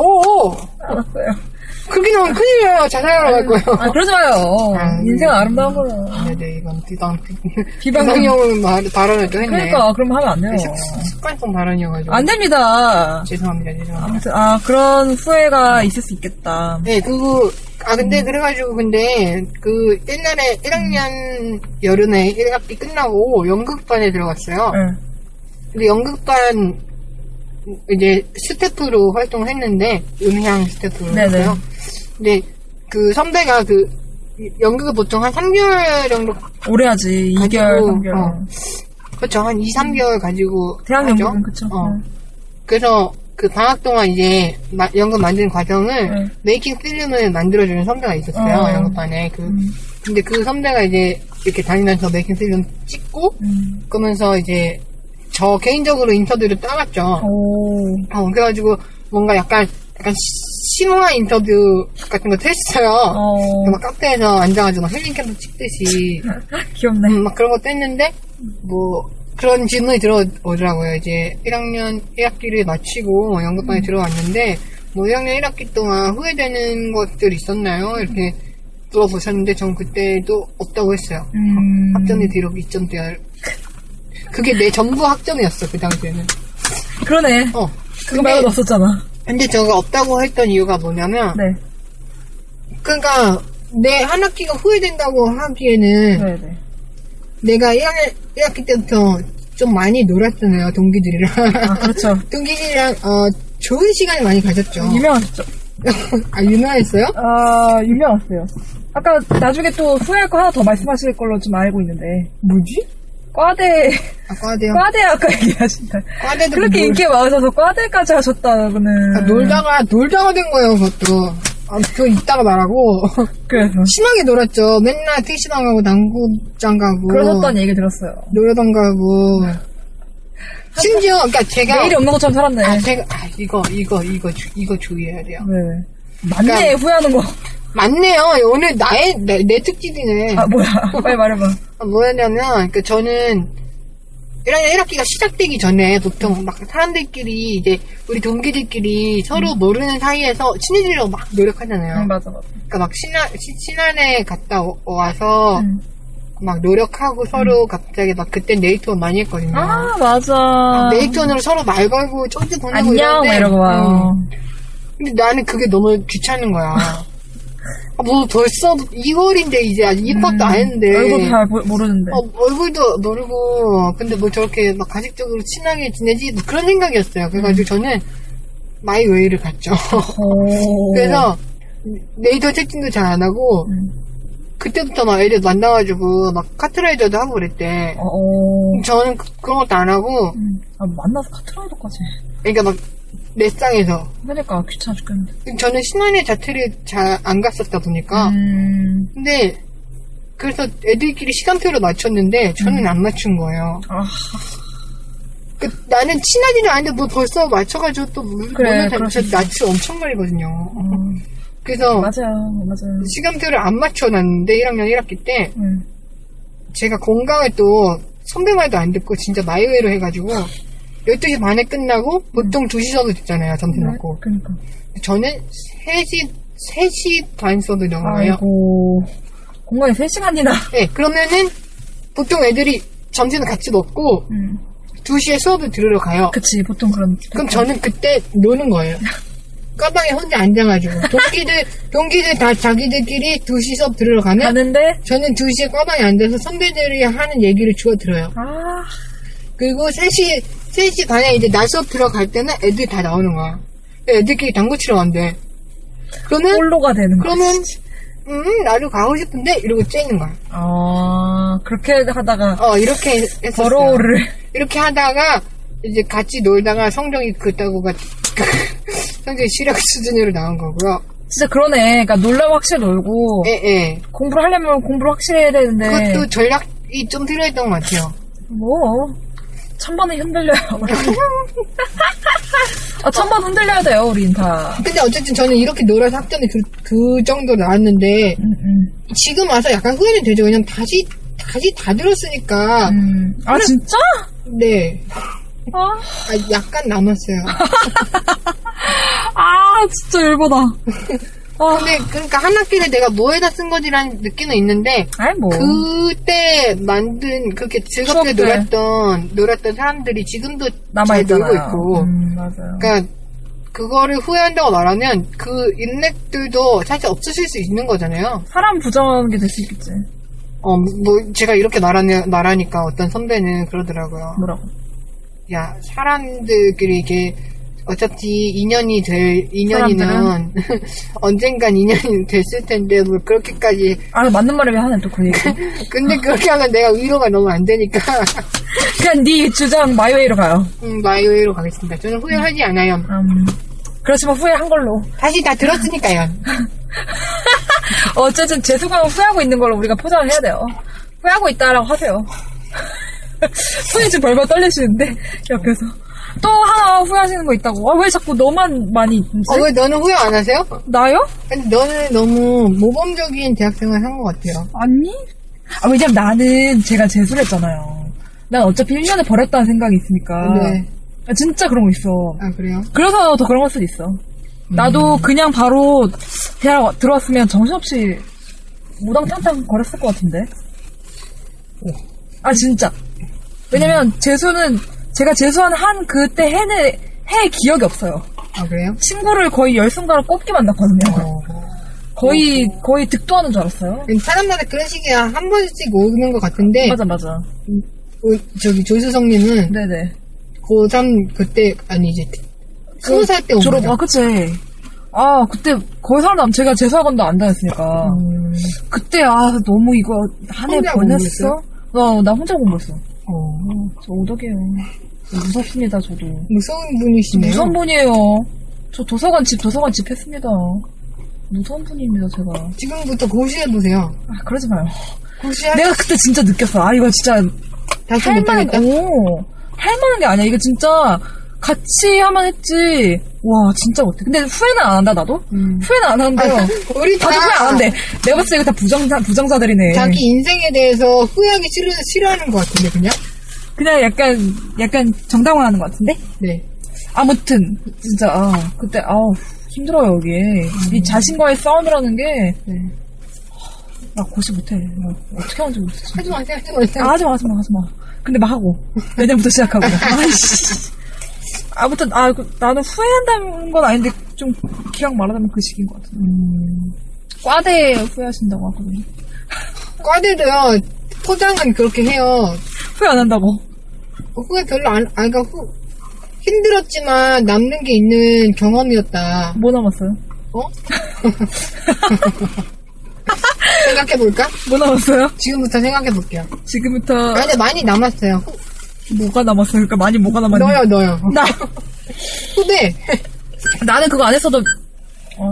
Speaker 3: 알았어요.
Speaker 4: 그렇게 나오면 큰일이에요. 자살하러 갈 거예요.
Speaker 3: 아, 그러지 마요.
Speaker 4: 아,
Speaker 3: 인생 아름다운 거라.
Speaker 4: 네, 네, 이건 비방,
Speaker 3: *laughs* 비방용.
Speaker 4: 비방용 말- 발언을 또 했네.
Speaker 3: 그러니까, 그럼 하면 안 돼요.
Speaker 4: 습- 습관성 발언이어가지고.
Speaker 3: 안 됩니다.
Speaker 4: 죄송합니다, 죄송합니다.
Speaker 3: 아무튼, 아, 그런 후회가 있을 수 있겠다.
Speaker 4: 네, 그거, 아,
Speaker 3: 음.
Speaker 4: 근데, 그래가지고, 근데, 그, 옛날에
Speaker 3: 음.
Speaker 4: 1학년 여름에 1학기 끝나고 연극반에 들어갔어요.
Speaker 3: 응.
Speaker 4: 근데 연극반, 이제, 스태프로 활동을 했는데, 음향 스태프로
Speaker 3: 네네.
Speaker 4: 했어요. 근데, 그 선배가 그, 연극을 보통 한 3개월 정도,
Speaker 3: 오래 하지.
Speaker 4: 아니고,
Speaker 3: 2개월, 3개월.
Speaker 4: 어. 그렇죠. 한 2, 3개월 가지고.
Speaker 3: 대학
Speaker 4: 하죠.
Speaker 3: 연극은 그쵸. 네.
Speaker 4: 어.
Speaker 3: 응.
Speaker 4: 그래서 그 방학 동안 이제 마- 연극 만드는 과정을
Speaker 3: 네.
Speaker 4: 메이킹 필름을 만들어주는 선배가 있었어요
Speaker 3: 어.
Speaker 4: 연극반에 그 근데 그 선배가 이제 이렇게 다니면서 메이킹 필름 찍고
Speaker 3: 음.
Speaker 4: 그러면서 이제 저 개인적으로 인터뷰를 따갔죠
Speaker 3: 오.
Speaker 4: 어, 그래가지고 뭔가 약간 약간 시- 신화 인터뷰 같은 것도 했어요
Speaker 3: 어.
Speaker 4: 막 카페에서 앉아가지고 힐링 캠프 찍듯이
Speaker 3: *laughs* 귀엽네.
Speaker 4: 음, 막 그런 것도 했는데 뭐 그런 질문이 들어오더라고요. 이제 1학년 1학기를 마치고 뭐 연극반에
Speaker 3: 음.
Speaker 4: 들어왔는데 뭐 1학년 1학기 동안 후회되는 것들 있었나요? 이렇게 물어보셨는데 전 그때도 없다고 했어요.
Speaker 3: 음.
Speaker 4: 학점이 비록 2점대야. 그게 내 전부 학점이었어 그 당시에는.
Speaker 3: 그러네.
Speaker 4: 어.
Speaker 3: 그거 말고는
Speaker 4: 근데,
Speaker 3: 없었잖아.
Speaker 4: 근데 저가 없다고 했던 이유가 뭐냐면
Speaker 3: 네.
Speaker 4: 그러니까 내 한 학기가 후회된다고 하기에는
Speaker 3: 네네.
Speaker 4: 내가 1학년, 1학기 때부터 좀 많이 놀았잖아요, 동기들이랑.
Speaker 3: 아, 그렇죠.
Speaker 4: *laughs* 동기들이랑, 어, 좋은 시간을 많이 가졌죠.
Speaker 3: 유명하셨죠?
Speaker 4: *laughs* 아, 유명했어요?
Speaker 3: 아, 유명하세요. 아까 나중에 또 후회할 거 하나 더 말씀하실 걸로 좀 알고 있는데.
Speaker 4: 뭐지?
Speaker 3: 과대,
Speaker 4: *laughs* 아, 과대요.
Speaker 3: 과대 아까 얘기하신다.
Speaker 4: 과대도 뭐
Speaker 3: 그렇게
Speaker 4: 놀-
Speaker 3: 인기 많으셔서 과대까지 하셨다고는.
Speaker 4: 아, 놀다가, 놀다가 된 거예요, 그것도. 아, 그거 이따가 말하고. *laughs*
Speaker 3: 그래서.
Speaker 4: 심하게 놀았죠. 맨날 택시방 가고, 당구장 가고.
Speaker 3: 그러셨다는 얘기 네. 들었어요.
Speaker 4: 노래방 가고. 심지어, 그니까 제가.
Speaker 3: 내일이 없는 것처럼 살았네.
Speaker 4: 아, 제가, 아, 이거, 이거, 이거, 주- 이거 주의해야 돼요.
Speaker 3: 네. 맞네, 후회하는 거.
Speaker 4: 맞네요. 오늘 나의, 내, 내 특집이네.
Speaker 3: 아,
Speaker 4: *laughs*
Speaker 3: 뭐야. 빨리 말해봐.
Speaker 4: 아, 뭐냐면, 그 저는 1학년 1학기가 시작되기 전에 보통 막 사람들끼리 이제 우리 동기들끼리 서로 모르는 사이에서 친해지려고 막 노력하잖아요.
Speaker 3: 응, 음. 맞아, 맞아.
Speaker 4: 그러니까 막 신한, 시- 신한에 갔다 오- 와서
Speaker 3: 음.
Speaker 4: 막 노력하고 서로 갑자기 막 그때 네이트원 많이 했거든요.
Speaker 3: 아, 맞아.
Speaker 4: 네이트원으로 서로 말 걸고 쫀쫀 보내고
Speaker 3: 안녕, 막
Speaker 4: 이러는데,
Speaker 3: 이러고
Speaker 4: 음.
Speaker 3: 와요.
Speaker 4: 근데 나는 그게 너무 귀찮은 거야. 아, 뭐 벌써 2월인데 이제 아직 입학도 안 했는데.
Speaker 3: 음, 얼굴 잘 모- 모르는데.
Speaker 4: 어, 얼굴도 모르고, 근데 뭐 저렇게 막 가식적으로 친하게 지내지? 뭐 그런 생각이었어요. 그래가지고
Speaker 3: 음.
Speaker 4: 저는 마이웨이를 갔죠.
Speaker 3: 어. 오.
Speaker 4: *laughs* 그래서 네이버 채팅도 잘 안 하고,
Speaker 3: 음.
Speaker 4: 그때부터 막 애들 만나가지고 막 카트라이더도 하고 그랬대.
Speaker 3: 어, 어.
Speaker 4: 저는 그- 그런 것도 안 하고,
Speaker 3: 음. 아, 만나서 카트라이더까지.
Speaker 4: 그러니까 막 넷상에서.
Speaker 3: 그러니까 귀찮아 죽겠는데.
Speaker 4: 저는 신혼의 자체를 잘 안 갔었다 보니까,
Speaker 3: 음.
Speaker 4: 근데 그래서 애들끼리 시간표를 맞췄는데 저는 안 맞춘 거예요.
Speaker 3: 아,
Speaker 4: 그, 나는 친하지는 않은데 뭐 벌써 맞춰가지고 또 물,
Speaker 3: 그래,
Speaker 4: 물론
Speaker 3: 그럴 수
Speaker 4: 다-
Speaker 3: 있어.
Speaker 4: 낯을 엄청 걸리거든요. 그래서
Speaker 3: 맞아요, 맞아요.
Speaker 4: 시간표를 안 맞춰놨는데 1학년 1학기 때
Speaker 3: 음.
Speaker 4: 제가 공강을 또 선배 말도 안 듣고 진짜 마이웨이로 해가지고 12시 반에 끝나고 보통 2시 수업이 됐잖아요 점심 먹고
Speaker 3: 그러니까.
Speaker 4: 저는 3시 3시 반 수업이 넘어가요
Speaker 3: 아이고. 공간이 3시간이나.
Speaker 4: 네, 그러면은 보통 애들이 점심을 같이 먹고
Speaker 3: 음.
Speaker 4: 2시에 수업을 들으러 가요
Speaker 3: 그치, 보통 그러니까 그런.
Speaker 4: 그럼 저는 그때 노는 거예요. 가방에 혼자 앉아가지고 동기들 동기들 다 자기들끼리 2시 수업 들으러 가면
Speaker 3: 가는데,
Speaker 4: 저는 2시에 가방에 앉아서 선배들이 하는 얘기를 주워 들어요.
Speaker 3: 아,
Speaker 4: 그리고 3시 3시 반에 이제 낮 수업 들어갈 때는 애들이 다 나오는 거야. 애들끼리 당구 치러 간대. 그러면
Speaker 3: 홀로가 되는 거야.
Speaker 4: 그러면 음 나도 가고 싶은데 이러고 째는 거야.
Speaker 3: 아, 그렇게 하다가,
Speaker 4: 어 이렇게 했었어요.
Speaker 3: 버로우를.
Speaker 4: 이렇게 하다가 이제 같이 놀다가 성적이 그따구가 *laughs* 성적이 시력 수준으로 나온 거고요.
Speaker 3: *laughs* 진짜 그러네. 그러니까 놀라고 확실히 놀고,
Speaker 4: 예, 예.
Speaker 3: 공부를 하려면 공부를 확실히 해야 되는데,
Speaker 4: 그것도 전략이 좀 필요했던 것 같아요.
Speaker 3: *laughs* 뭐, 천번에 흔들려요. 아, 천번 흔들려야 돼요, 우린 다.
Speaker 4: 근데 어쨌든 저는 이렇게 놀아서 학점이 그, 그 정도로 나왔는데
Speaker 3: 음,
Speaker 4: 지금 와서 약간 후회는 되죠. 왜냐면 다시 다시 다 들었으니까
Speaker 3: 음. 아, 진짜?
Speaker 4: 네
Speaker 3: 아,
Speaker 4: 아, 약간 남았어요.
Speaker 3: 아 진짜 열받아. 아,
Speaker 4: 근데 그러니까 한 학기를 내가 뭐에다 쓴 거지라는 느낌은 있는데
Speaker 3: 아이, 뭐.
Speaker 4: 그때 만든 그렇게 즐겁게
Speaker 3: 추억 때.
Speaker 4: 놀았던 놀았던 사람들이 지금도 잘
Speaker 3: 남아있잖아요.
Speaker 4: 놀고 있고
Speaker 3: 음, 맞아요.
Speaker 4: 그러니까 그거를 후회한다고 말하면 그 인맥들도 사실 없으실 수 있는 거잖아요.
Speaker 3: 사람 부정하는 게 될 수 있겠지.
Speaker 4: 어, 뭐, 제가 이렇게 말하냐, 말하니까 어떤 선배는 그러더라고요.
Speaker 3: 뭐라고.
Speaker 4: 야, 사람들끼리 이게, 어차피 인연이 될, 인연이면, *laughs* 언젠간 인연이 됐을 텐데, 뭘 그렇게까지.
Speaker 3: 아, 맞는 말을 왜 하네, 또 그 얘기. *laughs*
Speaker 4: 근데 그렇게 하면 내가 위로가 너무 안 되니까,
Speaker 3: 그냥 네 주장 마이웨이로 가요.
Speaker 4: 음, 마이웨이로 가겠습니다. 저는 후회하지 않아요.
Speaker 3: 음. 그렇지만 후회한 걸로.
Speaker 4: 다시 다 들었으니까요.
Speaker 3: 어쨌든 재수강은 후회하고 있는 걸로 우리가 포장을 해야 돼요. 후회하고 있다라고 하세요. *laughs* 손이 지금 벌벌 떨리시는데, 옆에서. 또 하나 후회하시는 거 있다고. 아, 왜 자꾸 너만 많이 있지?
Speaker 4: 어, 왜 너는 후회 안 하세요?
Speaker 3: 나요?
Speaker 4: 근데 너는 너무 모범적인 대학생활 한 것 같아요.
Speaker 3: 아니? 아, 왜냐면 나는 제가 재수를 했잖아요. 난 어차피 1년을 버렸다는 생각이 있으니까.
Speaker 4: 네.
Speaker 3: 아, 진짜 그런 거 있어.
Speaker 4: 아, 그래요?
Speaker 3: 그래서 더 그런 걸 수도 있어. 나도 그냥 바로 대학 들어왔으면 정신없이 무당탕탕 거렸을 것 같은데. 아 진짜. 왜냐면 재수는 제가 재수한 한 그때 해는 해 기억이 없어요.
Speaker 4: 아, 그래요?
Speaker 3: 친구를 거의 열승가로 꼽기 만났거든요.
Speaker 4: 어.
Speaker 3: 거의 거의 득도하는 줄 알았어요.
Speaker 4: 사람마다 그런 식이야. 한 번씩 오는 것 같은데,
Speaker 3: 맞아 맞아.
Speaker 4: 어, 저기 조수성님은
Speaker 3: 네네.
Speaker 4: 고3 그때 아니 이제 스무 살 때 온
Speaker 3: 졸업 아
Speaker 4: 거죠.
Speaker 3: 그치. 아 그때 거의 사람 남 제가 재수학원도 안 다녔으니까. 그때 아 너무 이거 한 해
Speaker 4: 음. 혼자
Speaker 3: 보냈어?
Speaker 4: 공부했어요?
Speaker 3: 나나 혼자 공부했어.
Speaker 4: 어,
Speaker 3: 저 오덕이에요. 무섭습니다, 저도.
Speaker 4: 무서운 분이시네요.
Speaker 3: 무서운 분이에요. 저 도서관 집, 도서관 집 했습니다. 무서운 분입니다, 제가.
Speaker 4: 지금부터 고시해 보세요.
Speaker 3: 아, 그러지 마요.
Speaker 4: 고시할
Speaker 3: 내가 그때 진짜 느꼈어. 아, 이거 진짜
Speaker 4: 다시
Speaker 3: 네? 할만한,
Speaker 4: 못하겠다.
Speaker 3: 오, 할만한 게 아니야. 이거 진짜 같이 하면 했지. 와, 진짜 못해. 근데 후회는 안 한다, 나도?
Speaker 4: 음.
Speaker 3: 후회는 안 하는데요.
Speaker 4: 아, 우리 다
Speaker 3: 다들 후회 안 한대. 내가 봤을 때 이거 다 부정사, 부정사들이네.
Speaker 4: 자기 인생에 대해서 후회하기 싫어 싫어하는 것 같은데 그냥.
Speaker 3: 그냥 약간, 약간 정당화하는 것 같은데?
Speaker 4: 네.
Speaker 3: 아무튼 진짜 아, 그때 아우 힘들어요 여기 이 자신과의 싸움이라는 게 나
Speaker 4: 음. 네.
Speaker 3: 고시 못해 나 어떻게 하는지 모르겠어
Speaker 4: 하지 마세요. 하지 마세요.
Speaker 3: 아, 하지마 하지마 하지마 근데 막 하고 내년부터 *laughs* 시작하고 아이씨 아무튼 아 그, 나는 후회한다는 건 아닌데 좀 기왕 말하자면 그 시기인 것 같은데 과대 후회하신다고 하거든요
Speaker 4: 과대도요. 포장은 그렇게 해요.
Speaker 3: 후회 안 한다고
Speaker 4: 후회 별로 안, 아, 그러니까 후, 힘들었지만 남는 게 있는 경험이었다.
Speaker 3: 뭐 남았어요?
Speaker 4: 어? *laughs* 생각해 볼까?
Speaker 3: 뭐 남았어요?
Speaker 4: 지금부터 생각해 볼게요.
Speaker 3: 지금부터
Speaker 4: 아, 근데 많이 남았어요. 후-
Speaker 3: 뭐가 남았어요? 그러니까 많이 뭐가 남았니?
Speaker 4: 넣어요, 넣어요.
Speaker 3: 나
Speaker 4: 후배!
Speaker 3: 나는 그거 안 했어도 어,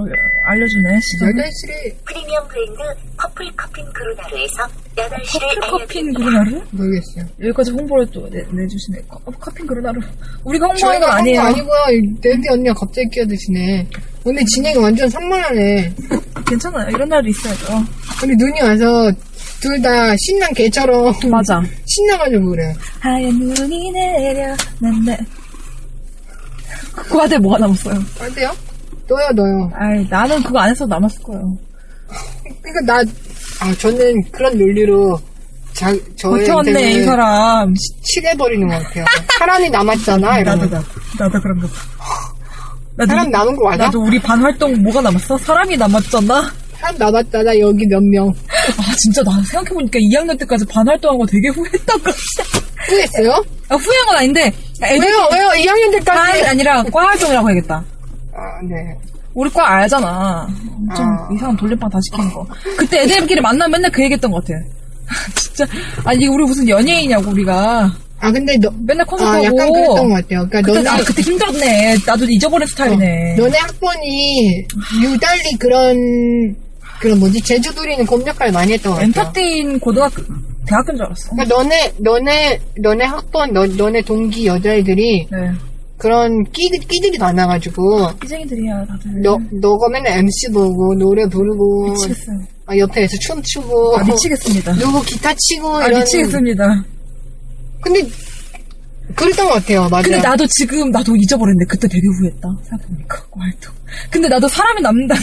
Speaker 3: 알려주네 시간
Speaker 4: 8시를,
Speaker 5: 프리미엄 브랜드 퍼플 커핀 그루나루에서 8시를
Speaker 3: 커피
Speaker 5: 알려드립니다.
Speaker 3: 커핀 그루나루?
Speaker 4: 모르겠어요.
Speaker 3: *laughs* 여기까지 홍보를 또 내, 내주시네. 커, 커핀 그루나루. 우리가 홍보하는 건
Speaker 4: 저희가
Speaker 3: 아니에요.
Speaker 4: 한거 아니고요. 랜디 언니가 갑자기 끼어드시네. 오늘 진행이 완전 산만하네.
Speaker 3: 괜찮아요. 이런 날도 있어야죠.
Speaker 4: 근데 눈이 와서 둘 다 신난 개처럼. *laughs*
Speaker 3: 맞아.
Speaker 4: 신나가지고 그래요.
Speaker 3: 하얀 눈이 내려, 난 내. 과대 뭐가 남았어요?
Speaker 4: 안 돼요? 넣어요, 넣어요.
Speaker 3: 아이, 나는 그거 안 해서 남았을 거예요.
Speaker 4: 그러니까 나, 아, 저는 그런 논리로 자, 저의
Speaker 3: 버텨왔네, 이
Speaker 4: 인생을
Speaker 3: 사람.
Speaker 4: 칠해버리는 것 같아요. 사람이 남았잖아,
Speaker 3: 나도,
Speaker 4: 이러면.
Speaker 3: 나도, 나도 그런가 봐. 나도,
Speaker 4: 사람 남은 거 맞아?
Speaker 3: 나도 우리 반 활동 뭐가 남았어? 사람이 남았잖아?
Speaker 4: 사람 남았잖아, 여기 몇 명.
Speaker 3: 아, 진짜 나 생각해보니까 2학년 때까지 반 활동한 거 되게 후회했던 거 같아.
Speaker 4: 후회했어요?
Speaker 3: 아, 후회한 건 아닌데, 애들
Speaker 4: 왜요, 왜요? 2학년 때까지.
Speaker 3: 과는 아니라 과 활동이라고 해야겠다.
Speaker 4: 아, 네.
Speaker 3: 우리 과 알잖아. 엄청
Speaker 4: 아.
Speaker 3: 이상한 돌림판 다 시키는 거. 그때 애들끼리 만나면 맨날 그 얘기했던 것 같아. *laughs* 진짜 아니 우리 무슨 연예인이냐고 우리가
Speaker 4: 아, 근데 너,
Speaker 3: 맨날 콘서트
Speaker 4: 아,
Speaker 3: 하고
Speaker 4: 약간 그랬던 것 같아요. 그러니까
Speaker 3: 그때,
Speaker 4: 너네,
Speaker 3: 아, 그때 힘들었네. 나도 잊어버린 스타일이네.
Speaker 4: 너네 학번이 유달리 그런 그런 뭐지 제주도리는 공략을 많이 했던 것 같아요.
Speaker 3: 엔터테인 고등학교 대학교인 줄 알았어.
Speaker 4: 그러니까 너네 너네 너네 학번 너, 너네 동기 여자애들이
Speaker 3: 네.
Speaker 4: 그런 끼, 끼들이 많아가지고
Speaker 3: 끼쟁이들이야 다들.
Speaker 4: 너, 너가 맨날 MC 보고 노래 부르고
Speaker 3: 음. 미치겠어요.
Speaker 4: 아, 옆에서 춤추고
Speaker 3: 아 미치겠습니다.
Speaker 4: 누구 기타 치고
Speaker 3: 아
Speaker 4: 어, 이런
Speaker 3: 미치겠습니다.
Speaker 4: 근데 그랬던 것 같아요 맞아요
Speaker 3: 근데 나도 지금 나도 잊어버렸는데 그때 되게 후회했다 생각해보니까 말도. 근데 나도 사람이 남는다.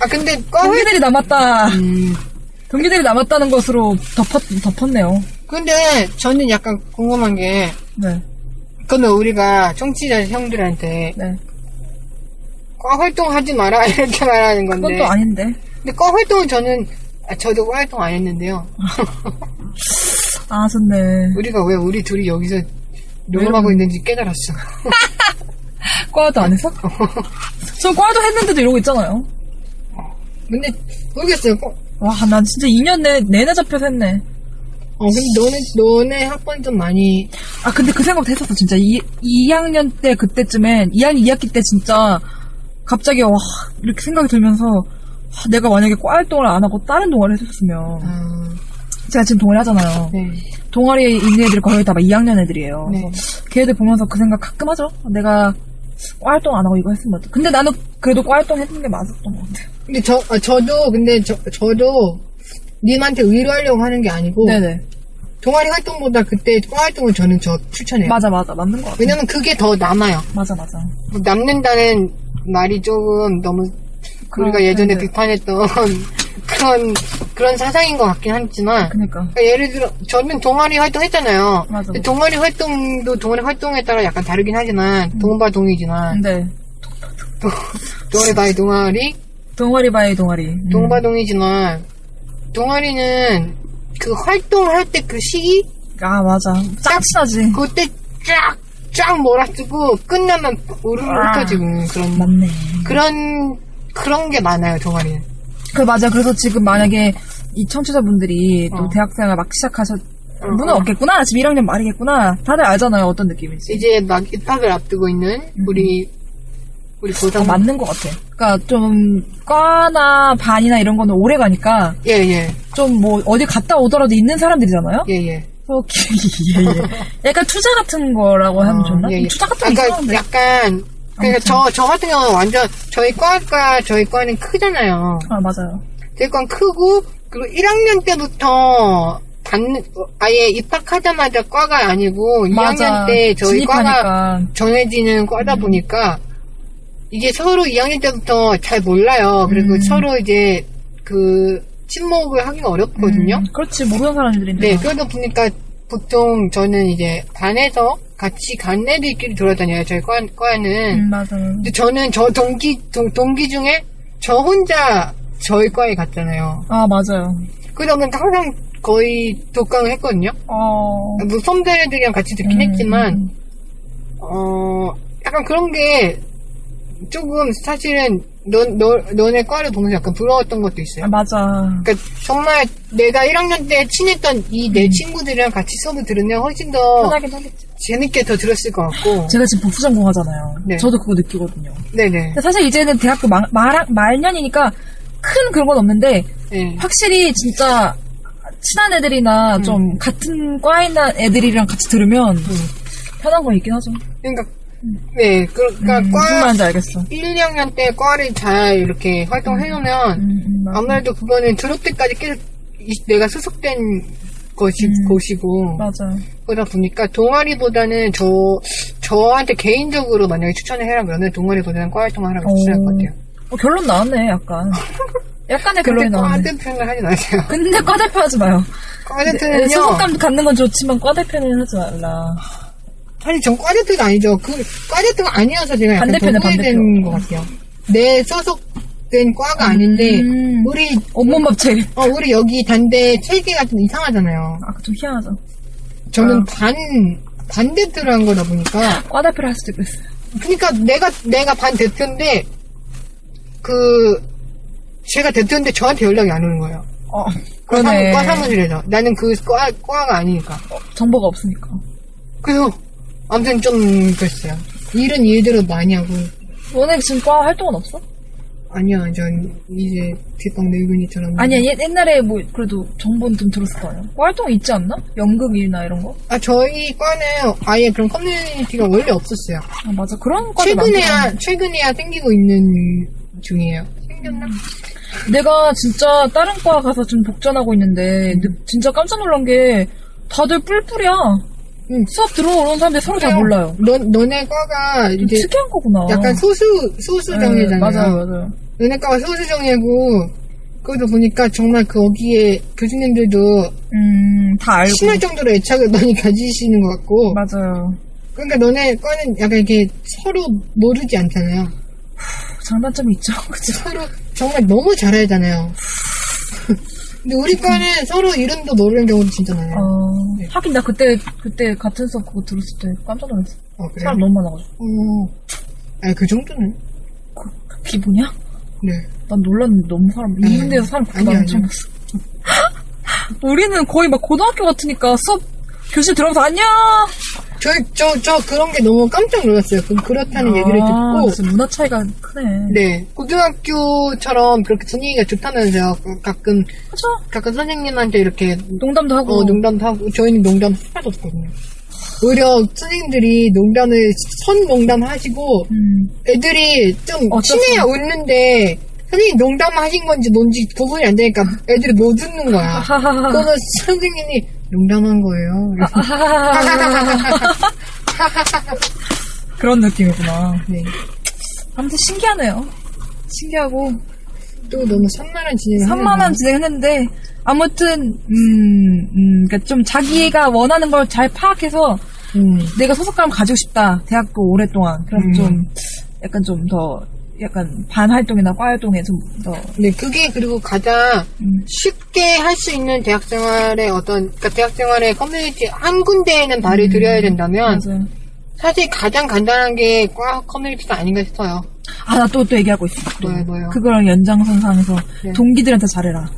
Speaker 4: 아 근데 과외
Speaker 3: 동기들이 남았다.
Speaker 4: 음,
Speaker 3: 동기들이 남았다는 것으로 덮었 덮었네요.
Speaker 4: 근데 저는 약간 궁금한 게
Speaker 3: 네,
Speaker 4: 그거는 우리가 청취자 형들한테
Speaker 3: 네.
Speaker 4: 과 활동하지 마라 *laughs* 이렇게 말하는
Speaker 3: 그건
Speaker 4: 건데
Speaker 3: 또 아닌데.
Speaker 4: 근데 과 활동은 저는 아, 저도 과 활동 안 했는데요
Speaker 3: 아 좋네.
Speaker 4: 우리가 왜 우리 둘이 여기서 녹음하고 있는지 깨달았어
Speaker 3: 과도 안 해서? 전 과도 했는데도 이러고 있잖아요.
Speaker 4: 근데 모르겠어요 과-
Speaker 3: 와, 난 진짜 2년 내, 내내 잡혀서 했네.
Speaker 4: 어 근데 너네 너네 학번 좀 많이
Speaker 3: 아, 근데 그 생각도 했었어, 진짜. 2, 2학년 때, 그때쯤엔, 2학년 2학기 때 진짜, 갑자기, 와, 이렇게 생각이 들면서, 와, 내가 만약에 과 활동을 안 하고 다른 동아리 했었으면,
Speaker 4: 아,
Speaker 3: 제가 지금 동아리 하잖아요.
Speaker 4: 네.
Speaker 3: 동아리에 있는 애들이 거의 다 막 2학년 애들이에요.
Speaker 4: 네.
Speaker 3: 그래서 걔들 보면서 그 생각 가끔 하죠. 내가 과 활동 안 하고 이거 했으면 어떡 근데 나는 그래도 과 활동 했는 게 맞았던 것 같아요.
Speaker 4: 근데 저 아, 저도 근데 저 저도 님한테 위로하려고 하는 게 아니고
Speaker 3: 네네.
Speaker 4: 동아리 활동보다 그때 과 활동을 저는 저 추천해요.
Speaker 3: 맞아, 맞아. 맞는 것 같아.
Speaker 4: 네. 왜냐면 그게 더 남아요.
Speaker 3: 맞아, 맞아.
Speaker 4: 뭐 남는다는 말이 조금 너무 우리가
Speaker 3: 그런
Speaker 4: 예전에
Speaker 3: 팬들.
Speaker 4: 비판했던 *laughs* 그런 그런 사상인 것 같긴 하지만
Speaker 3: 그니까.
Speaker 4: 그러니까 예를 들어 저는 동아리 활동했잖아요.
Speaker 3: 맞아, 맞아.
Speaker 4: 동아리 활동도 동아리 활동에 따라 약간 다르긴 하지만
Speaker 3: 음.
Speaker 4: 동바동이지만
Speaker 3: 네.
Speaker 4: 동아리 바이 동아리
Speaker 3: 동아리 바이 동아리. 음.
Speaker 4: 동바동이지만 동아리는 그 활동할 때 그 시기
Speaker 3: 아 맞아. 짱친하지.
Speaker 4: 그때 쫙쫙 몰아쓰고 끝나면 우르르
Speaker 3: 아.
Speaker 4: 흩어지고 그런
Speaker 3: 맞네.
Speaker 4: 그런 그런 게 많아요 동아리는.
Speaker 3: 그 맞아. 그래서 지금 만약에 이 청취자분들이 또
Speaker 4: 어.
Speaker 3: 대학생활 막 시작하셨
Speaker 4: 어,
Speaker 3: 분은
Speaker 4: 어.
Speaker 3: 없겠구나. 지금 1학년 말이겠구나. 다들 알잖아요. 어떤 느낌인지.
Speaker 4: 이제 막 입학을 앞두고 있는 우리 우리
Speaker 3: 다
Speaker 4: 고등
Speaker 3: 맞는 것 음. 같아. 그러니까 좀 과나 반이나 이런 거는 오래 가니까
Speaker 4: 예예예예
Speaker 3: 좀 뭐 어디 갔다 오더라도 있는 사람들이잖아요.
Speaker 4: 예, 예.
Speaker 3: 그래서 기- *laughs* 예, 예. 약간 투자 같은 거라고 하면 아, 좋나?
Speaker 4: 예, 예.
Speaker 3: 투자 같은 거
Speaker 4: 그러니까
Speaker 3: 있었는데.
Speaker 4: 약간 그러니까 저, 저 같은 경우는 완전 저희 과가 저희 과는 크잖아요.
Speaker 3: 아 맞아요.
Speaker 4: 저희 과는 크고 그리고 1학년 때부터 받는 어, 아예 입학하자마자 과가 아니고 2학년 때 저희 과가
Speaker 3: 진입하니까. 음.
Speaker 4: 정해지는 과다 보니까 이게 서로 2학년 때부터 잘 몰라요. 그리고
Speaker 3: 음.
Speaker 4: 서로 이제 그 친목을 하기가 어렵거든요.
Speaker 3: 음, 그렇지 모르는 사람들인데.
Speaker 4: 네, 그러다 보니까 보통 저는 이제 반에서 같이 간 애들끼리 돌아다녀요. 저희 과, 과는.
Speaker 3: 음, 맞아.
Speaker 4: 근데 저는 저 동기 동, 동기 중에 저 혼자 저희 과에 갔잖아요.
Speaker 3: 아 맞아요.
Speaker 4: 그러다 보니까 항상 거의 독강을 했거든요.
Speaker 3: 어.
Speaker 4: 뭐 선배들이랑 같이 듣긴
Speaker 3: 음.
Speaker 4: 했지만 어, 약간 그런 게 조금 사실은 너, 너, 너네 과를 보면서 약간 부러웠던 것도 있어요.
Speaker 3: 아, 맞아.
Speaker 4: 그러니까 정말 내가 1학년 때 친했던 이 내 친구들이랑 같이 수업을 들으면 훨씬 더
Speaker 3: 음. 편하긴 하겠지.
Speaker 4: 재밌게 더 들었을 것 같고.
Speaker 3: 제가 지금 복수전공 하잖아요.
Speaker 4: 네.
Speaker 3: 저도 그거 느끼거든요.
Speaker 4: 네네.
Speaker 3: 근데 사실 이제는 대학교 말, 말, 말년이니까 큰 그런 건 없는데
Speaker 4: 네.
Speaker 3: 확실히 진짜 친한 애들이나 좀 같은 과에 있는 애들이랑 같이 들으면 편한 거 있긴 하죠.
Speaker 4: 그러니까, 네. 그러니까
Speaker 3: 음, 무슨
Speaker 4: 과,
Speaker 3: 말인지 알겠어.
Speaker 4: 1, 2학년 때 과를 잘 이렇게 활동해놓으면
Speaker 3: 음, 음, 맞아.
Speaker 4: 아무래도 그거는 졸업 때까지 계속 이- 내가 수속된 것이, 곳이고.
Speaker 3: 음. 맞아.
Speaker 4: 그러다 보니까 동아리보다는 저, 저한테 개인적으로 만약에 추천을 해라 그러면 동아리보다는 과 활동을 하라고 추천할 것 같아요.
Speaker 3: 어, 결론 나왔네, 약간. 약간의 결론이
Speaker 4: 근데 과
Speaker 3: 나왔네.
Speaker 4: 대표는 하지 마세요. *laughs*
Speaker 3: 근데 과 대표 하지 마요.
Speaker 4: 과
Speaker 3: 네,
Speaker 4: 대표는요.
Speaker 3: 소속감 갖는 건 좋지만 과 대표는 하지 말라.
Speaker 4: 사실 전 과대표가 아니죠. 그 과대표가 아니어서 제가 약간
Speaker 3: 반대편에
Speaker 4: 더
Speaker 3: 반대표.
Speaker 4: 후회된 것 같아요. 내 소속된 과가 아닌데
Speaker 3: 음.
Speaker 4: 우리
Speaker 3: 온몸 업체.
Speaker 4: 어, 우리 여기 단대 체계가 좀 이상하잖아요.
Speaker 3: 아, 좀 희한하죠. 아.
Speaker 4: 저는 반 반대표를 한 거다 보니까
Speaker 3: 과 대표를 할 수도 있겠어요.
Speaker 4: 그러니까 내가 내가 반 대표인데 그 제가 대표인데 저한테 연락이 안 오는 거예요.
Speaker 3: 어,
Speaker 4: 과
Speaker 3: 그러네.
Speaker 4: 사무- 과 사무실에서 나는 그과 과가 아니니까.
Speaker 3: 정보가 없으니까.
Speaker 4: 그래서 아무튼 좀 그랬어요. 일은 일대로 많이 하고
Speaker 3: 너네 지금 과 활동은 없어?
Speaker 4: 아니야, 전 이제 뒷방 늙은이처럼.
Speaker 3: 음. 아니야, 옛- 옛날에 뭐, 그래도 정보는 좀 들었을 거 아니야? 뭐 활동 있지 않나? 연극이나 이런 거?
Speaker 4: 아, 저희 과는 아예 그런 커뮤니티가 원래 없었어요.
Speaker 3: 아, 맞아. 그런 과도 많더라.
Speaker 4: 최근에야, 최근에야 생기고 있는 중이에요. 생겼나?
Speaker 3: 내가 진짜 다른 과 가서 좀 복전하고 있는데, 느- 진짜 깜짝 놀란 게, 다들 뿔뿔이야.
Speaker 4: 응.
Speaker 3: 수업 들어오는 사람들 서로 다 몰라요.
Speaker 4: 너, 너네 과가
Speaker 3: 좀
Speaker 4: 이제
Speaker 3: 특이한 거구나.
Speaker 4: 약간 소수, 소수
Speaker 3: 어. 네,
Speaker 4: 정예잖아요.
Speaker 3: 맞아요, 맞아요.
Speaker 4: 너네 과가 소수 정예고, 그러다 보니까 정말 거기에 교수님들도
Speaker 3: 음, 다 알고.
Speaker 4: 신할 정도로 애착을 많이 가지시는 것 같고,
Speaker 3: 맞아요.
Speaker 4: 그러니까 너네 과는 약간 이렇게 서로 모르지 않잖아요.
Speaker 3: 장단점이 있죠. *laughs* 그치?
Speaker 4: 서로 정말 너무 잘 알잖아요. *laughs* 근데 우리 과는 서로 이름도 모르는 경우도 진짜 많아요.
Speaker 3: 어,
Speaker 4: 네.
Speaker 3: 하긴 나 그때, 그때 같은 수업 그거 들었을 때 깜짝 놀랐어.
Speaker 4: 어, 그래요?
Speaker 3: 사람 너무 많아가지고.
Speaker 4: 어, 아니, 그 정도는?
Speaker 3: 그, 그 기분이야?
Speaker 4: 네.
Speaker 3: 난 놀랐는데 너무 사람
Speaker 4: 아니,
Speaker 3: 있는 데서 사람 그렇게
Speaker 4: 음. 아니,
Speaker 3: 많은 줄
Speaker 4: 아니요.
Speaker 3: 몰랐어 *laughs* 우리는 거의 막 고등학교 같으니까 수업 교실 들어가면서 안녕
Speaker 4: 저, 저, 저 그런 게 너무 깜짝 놀랐어요. 그, 그렇다는 얘기를
Speaker 3: 아,
Speaker 4: 듣고.
Speaker 3: 진짜 문화 차이가 크네
Speaker 4: 네. 고등학교처럼 그렇게 분위기가 좋다면서요. 가- 가끔,
Speaker 3: 그쵸?
Speaker 4: 가끔 선생님한테 이렇게,
Speaker 3: 농담도 하고
Speaker 4: 어, 농담도 하고, 저희는 농담 하나도 없거든요. 오히려 선생님들이 농담을, 선 농담 하시고,
Speaker 3: 음, *laughs*
Speaker 4: 애들이 좀
Speaker 3: 어쩔 수
Speaker 4: 친해야 웃는데 선생님 농담하신 건지 뭔지 구분이 안 되니까 애들이 못 웃는
Speaker 3: *laughs*
Speaker 4: 거야.
Speaker 3: 하하하
Speaker 4: 그거는 선생님이 농담한 거예요. 이래서
Speaker 3: *laughs*
Speaker 4: *laughs*
Speaker 3: 그런 느낌이구나
Speaker 4: 네.
Speaker 3: 아무튼 신기하네요 신기하고
Speaker 4: 음. 또 너무 산만한 진행을
Speaker 3: 산만한 진행을 했는데 아무튼 음, 음 그러니까 좀 자기가 원하는 걸 잘 파악해서
Speaker 4: 음.
Speaker 3: 내가 소속감을 가지고 싶다. 대학교 오랫동안. 그럼
Speaker 4: 음.
Speaker 3: 좀, 약간 좀 더, 약간 반활동이나 과활동에 좀 더,
Speaker 4: 네, 그게 그리고 가장
Speaker 3: 음.
Speaker 4: 쉽게 할 수 있는 대학생활의 어떤, 그러니까 대학생활의 커뮤니티 한 군데에는 발을 들여야 된다면
Speaker 3: 음. 맞아요.
Speaker 4: 사실 가장 간단한 게 과 커뮤니티가 아닌가 싶어요.
Speaker 3: 아, 나 또, 또 얘기하고 있어. 또.
Speaker 4: 뭐요, 뭐요?
Speaker 3: 그거랑 연장선상에서
Speaker 4: 네.
Speaker 3: 동기들한테 잘해라.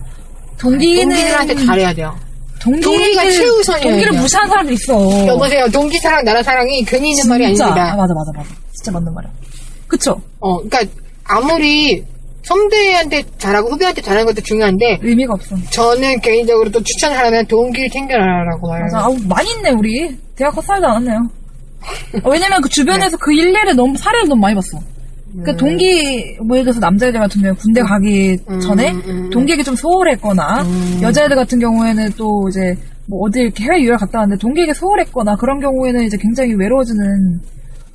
Speaker 3: 동기는,
Speaker 4: 동기들한테 잘해야 돼요.
Speaker 3: 동기를,
Speaker 4: 동기가 최우선이에요,
Speaker 3: 동기를
Speaker 4: 그냥.
Speaker 3: 무시하는 사람도 있어.
Speaker 4: 여보세요, 동기 사랑, 나라 사랑이 괜히 있는 말이
Speaker 3: 진짜.
Speaker 4: 아닙니다.
Speaker 3: 아, 맞아, 맞아, 맞아. 진짜 맞는 말이야. 그쵸?
Speaker 4: 어, 그러니까 아무리 선배한테 잘하고 후배한테 잘하는 것도 중요한데
Speaker 3: 의미가 없어.
Speaker 4: 저는 개인적으로 또 추천하라면 동기를 챙겨라라고 말해요.
Speaker 3: 맞아. 아우, 많이 있네, 우리. 대학 컷 살도 않았네요. 어, 왜냐면 그 주변에서 그 일례를 너무, 사례를 너무 많이 봤어. 그러니까 동기, 뭐 예를 들어서 남자애들 같은 경우 군대 가기 전에
Speaker 4: 네. 음, 음.
Speaker 3: 동기에게 좀 소홀했거나, 여자애들 같은 경우에는 또 이제, 뭐 어디 이렇게 해외 유학 갔다 왔는데 동기에게 소홀했거나 그런 경우에는 이제 굉장히 외로워지는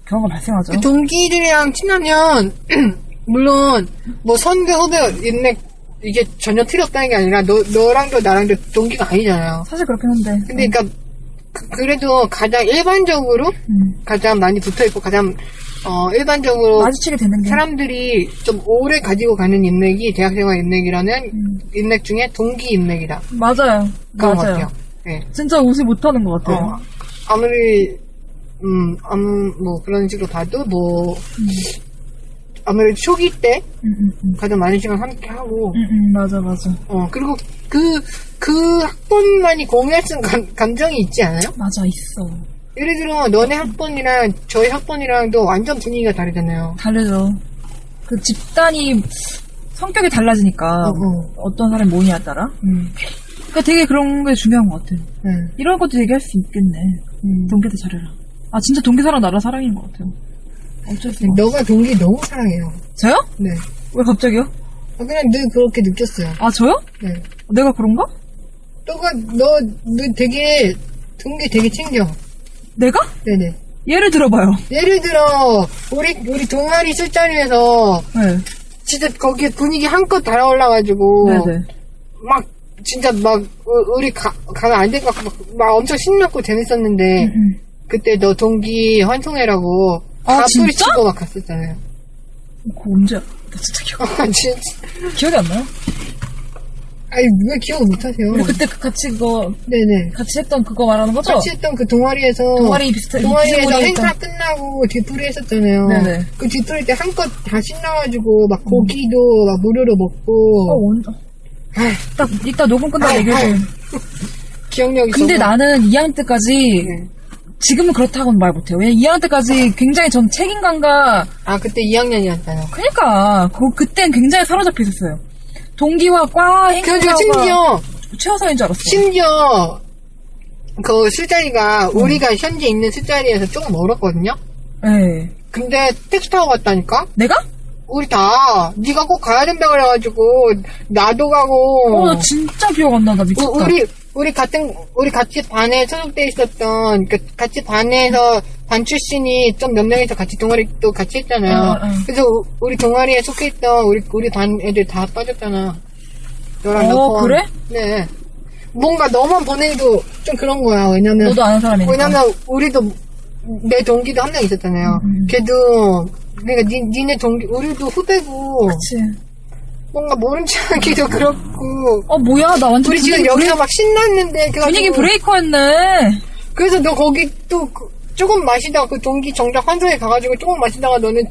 Speaker 3: 경우가 발생하죠.
Speaker 4: 그 동기들이랑 친하면 *clears throat* 물론 뭐 선배 후배 옛날 이게 전혀 틀없다는게 아니라 너 너랑도 나랑도 동기가 아니잖아요.
Speaker 3: 사실 그렇긴 한데.
Speaker 4: 근데 그러니까 그, 래도 가장 일반적으로
Speaker 3: 음.
Speaker 4: 가장 많이 붙어 있고 가장 어 일반적으로
Speaker 3: 마주치게 되는 게.
Speaker 4: 사람들이 좀 오래 가지고 가는 인맥이 대학생활 인맥이라는 인맥 중에 동기 인맥이다.
Speaker 3: 맞아요.
Speaker 4: 그런 것
Speaker 3: 음. 맞아요.
Speaker 4: 같아요. 네.
Speaker 3: 진짜 옷을 못하는 것 같아요.
Speaker 4: 어, 아무리 음 아무 뭐 그런 식으로 봐도 뭐 아무래도 초기 때
Speaker 3: 음, 음, 음.
Speaker 4: 가장 많은 시간 함께 하고
Speaker 3: 음, 음, 맞아, 맞아.
Speaker 4: 어 그리고 그 그 학번만이 공유할 수 있는 감, 감정이 있지 않아요?
Speaker 3: 맞아, 있어.
Speaker 4: 예를 들어 너네 학번이랑 저희 학번이랑도 완전 분위기가 다르잖아요.
Speaker 3: 다르죠. 그 집단이 성격이 달라지니까
Speaker 4: 어.
Speaker 3: 어떤 사람이 뭐냐에 따라.
Speaker 4: 음.
Speaker 3: 그러니까 되게 그런 게 중요한 것 같아요.
Speaker 4: 네.
Speaker 3: 이런 것도 얘기할 수 있겠네.
Speaker 4: 음.
Speaker 3: 동기도 잘해라. 아 진짜 동기사랑 나라 사랑인 것 같아요. 어쩔 수 없어.
Speaker 4: 너가 동기 너무 사랑해요.
Speaker 3: 저요?
Speaker 4: 네.
Speaker 3: 왜 갑자기요?
Speaker 4: 아, 그냥 늘 그렇게 느꼈어요.
Speaker 3: 아 저요?
Speaker 4: 네.
Speaker 3: 내가 그런가?
Speaker 4: 너가 너, 너 되게 동기 되게 챙겨.
Speaker 3: 내가?
Speaker 4: 네네.
Speaker 3: 예를 들어봐요.
Speaker 4: 예를 들어 우리 우리 동아리 술자리에서
Speaker 3: 네.
Speaker 4: 진짜 거기에 분위기 한껏 달아올라가지고
Speaker 3: 네네.
Speaker 4: 막 진짜 막 우- 우리 가, 가면 안 될 것 같고 막, 막 엄청 신났고 재밌었는데
Speaker 3: 음.
Speaker 4: 그때 너 동기 환송회라고
Speaker 3: 아,
Speaker 4: 다 소리
Speaker 3: 진짜?
Speaker 4: 치고 막 갔었잖아요. *laughs*
Speaker 3: 그거 언제? 나 진짜 기억
Speaker 4: 아 진짜.
Speaker 3: 기억이 안 나요.
Speaker 4: 아니 왜 기억을 못하세요?
Speaker 3: 우리 그때 그 같이 그거
Speaker 4: 네네.
Speaker 3: 같이 했던 그거 말하는 거죠?
Speaker 4: 어. 같이 했던 그 동아리에서
Speaker 3: 동아리 비슷한
Speaker 4: 동아리에서
Speaker 3: 비스무리했던-
Speaker 4: 행사 끝나고 뒤풀이 했었잖아요.
Speaker 3: 네네. 음.
Speaker 4: 그 뒤풀이 때 한껏 다 신나가지고 막 고기도 막 무료로
Speaker 3: 어,
Speaker 4: 먹고
Speaker 3: 언제? 딱 이따 녹음 끝나고
Speaker 4: 아이,
Speaker 3: 얘기해.
Speaker 4: 아이. 기억력이
Speaker 3: 근데
Speaker 4: 너무-
Speaker 3: 나는 2학년 때까지
Speaker 4: 네.
Speaker 3: 지금은 그렇다고는 말 못해요. 왜냐면 2학년 때까지 굉장히 전 책임감과
Speaker 4: 아, 그때 2학년이었잖아.
Speaker 3: 그러니까 그 그땐 굉장히 사로잡혀 있었어요. 동기와 과
Speaker 4: 그래가지고
Speaker 3: 행사가
Speaker 4: 심지어,
Speaker 3: 최우선인 줄 알았어.
Speaker 4: 심지어, 그 술자리가,
Speaker 3: 음.
Speaker 4: 우리가 현재 있는 술자리에서 조금 멀었거든요?
Speaker 3: 예.
Speaker 4: 근데 택시 타고 갔다니까?
Speaker 3: 내가?
Speaker 4: 우리 다, 네가 꼭 가야 된다 그래가지고, 나도 가고.
Speaker 3: 어, 나 진짜 기억 안 나. 나 미쳤다.
Speaker 4: 우- 우리 우리 같은 우리 같이 반에 소속돼 있었던 그 같이 반에서 반 출신이 좀 몇 명이서 같이 동아리 또 같이 했잖아요.
Speaker 3: 어, 어.
Speaker 4: 그래서 우- 우리 동아리에 속해 있던 우리 우리 반 애들 다 빠졌잖아. 너랑
Speaker 3: 어,
Speaker 4: 나 포함.
Speaker 3: 그래?
Speaker 4: 네. 뭔가 너만 보내도 좀 그런 거야. 왜냐면
Speaker 3: 너도 아는 사람이니까.
Speaker 4: 왜냐면 우리도 내 동기도 한 명 있었잖아요.
Speaker 3: 음,
Speaker 4: 걔도 그러니까 니, 니네 동기 우리도 후배고
Speaker 3: 그치. 음.
Speaker 4: 뭔가 모른 척하기도 그렇고
Speaker 3: 어 뭐야 나 완전
Speaker 4: 우리
Speaker 3: 분위기
Speaker 4: 지금 여기서 막 신났는데
Speaker 3: 브레이-
Speaker 4: 그래가지고
Speaker 3: 분위기 브레이커였네.
Speaker 4: 그래서 너 거기 또 그- 조금 마시다가 그 동기 정작 환승에 가가지고 조금 마시다가 너는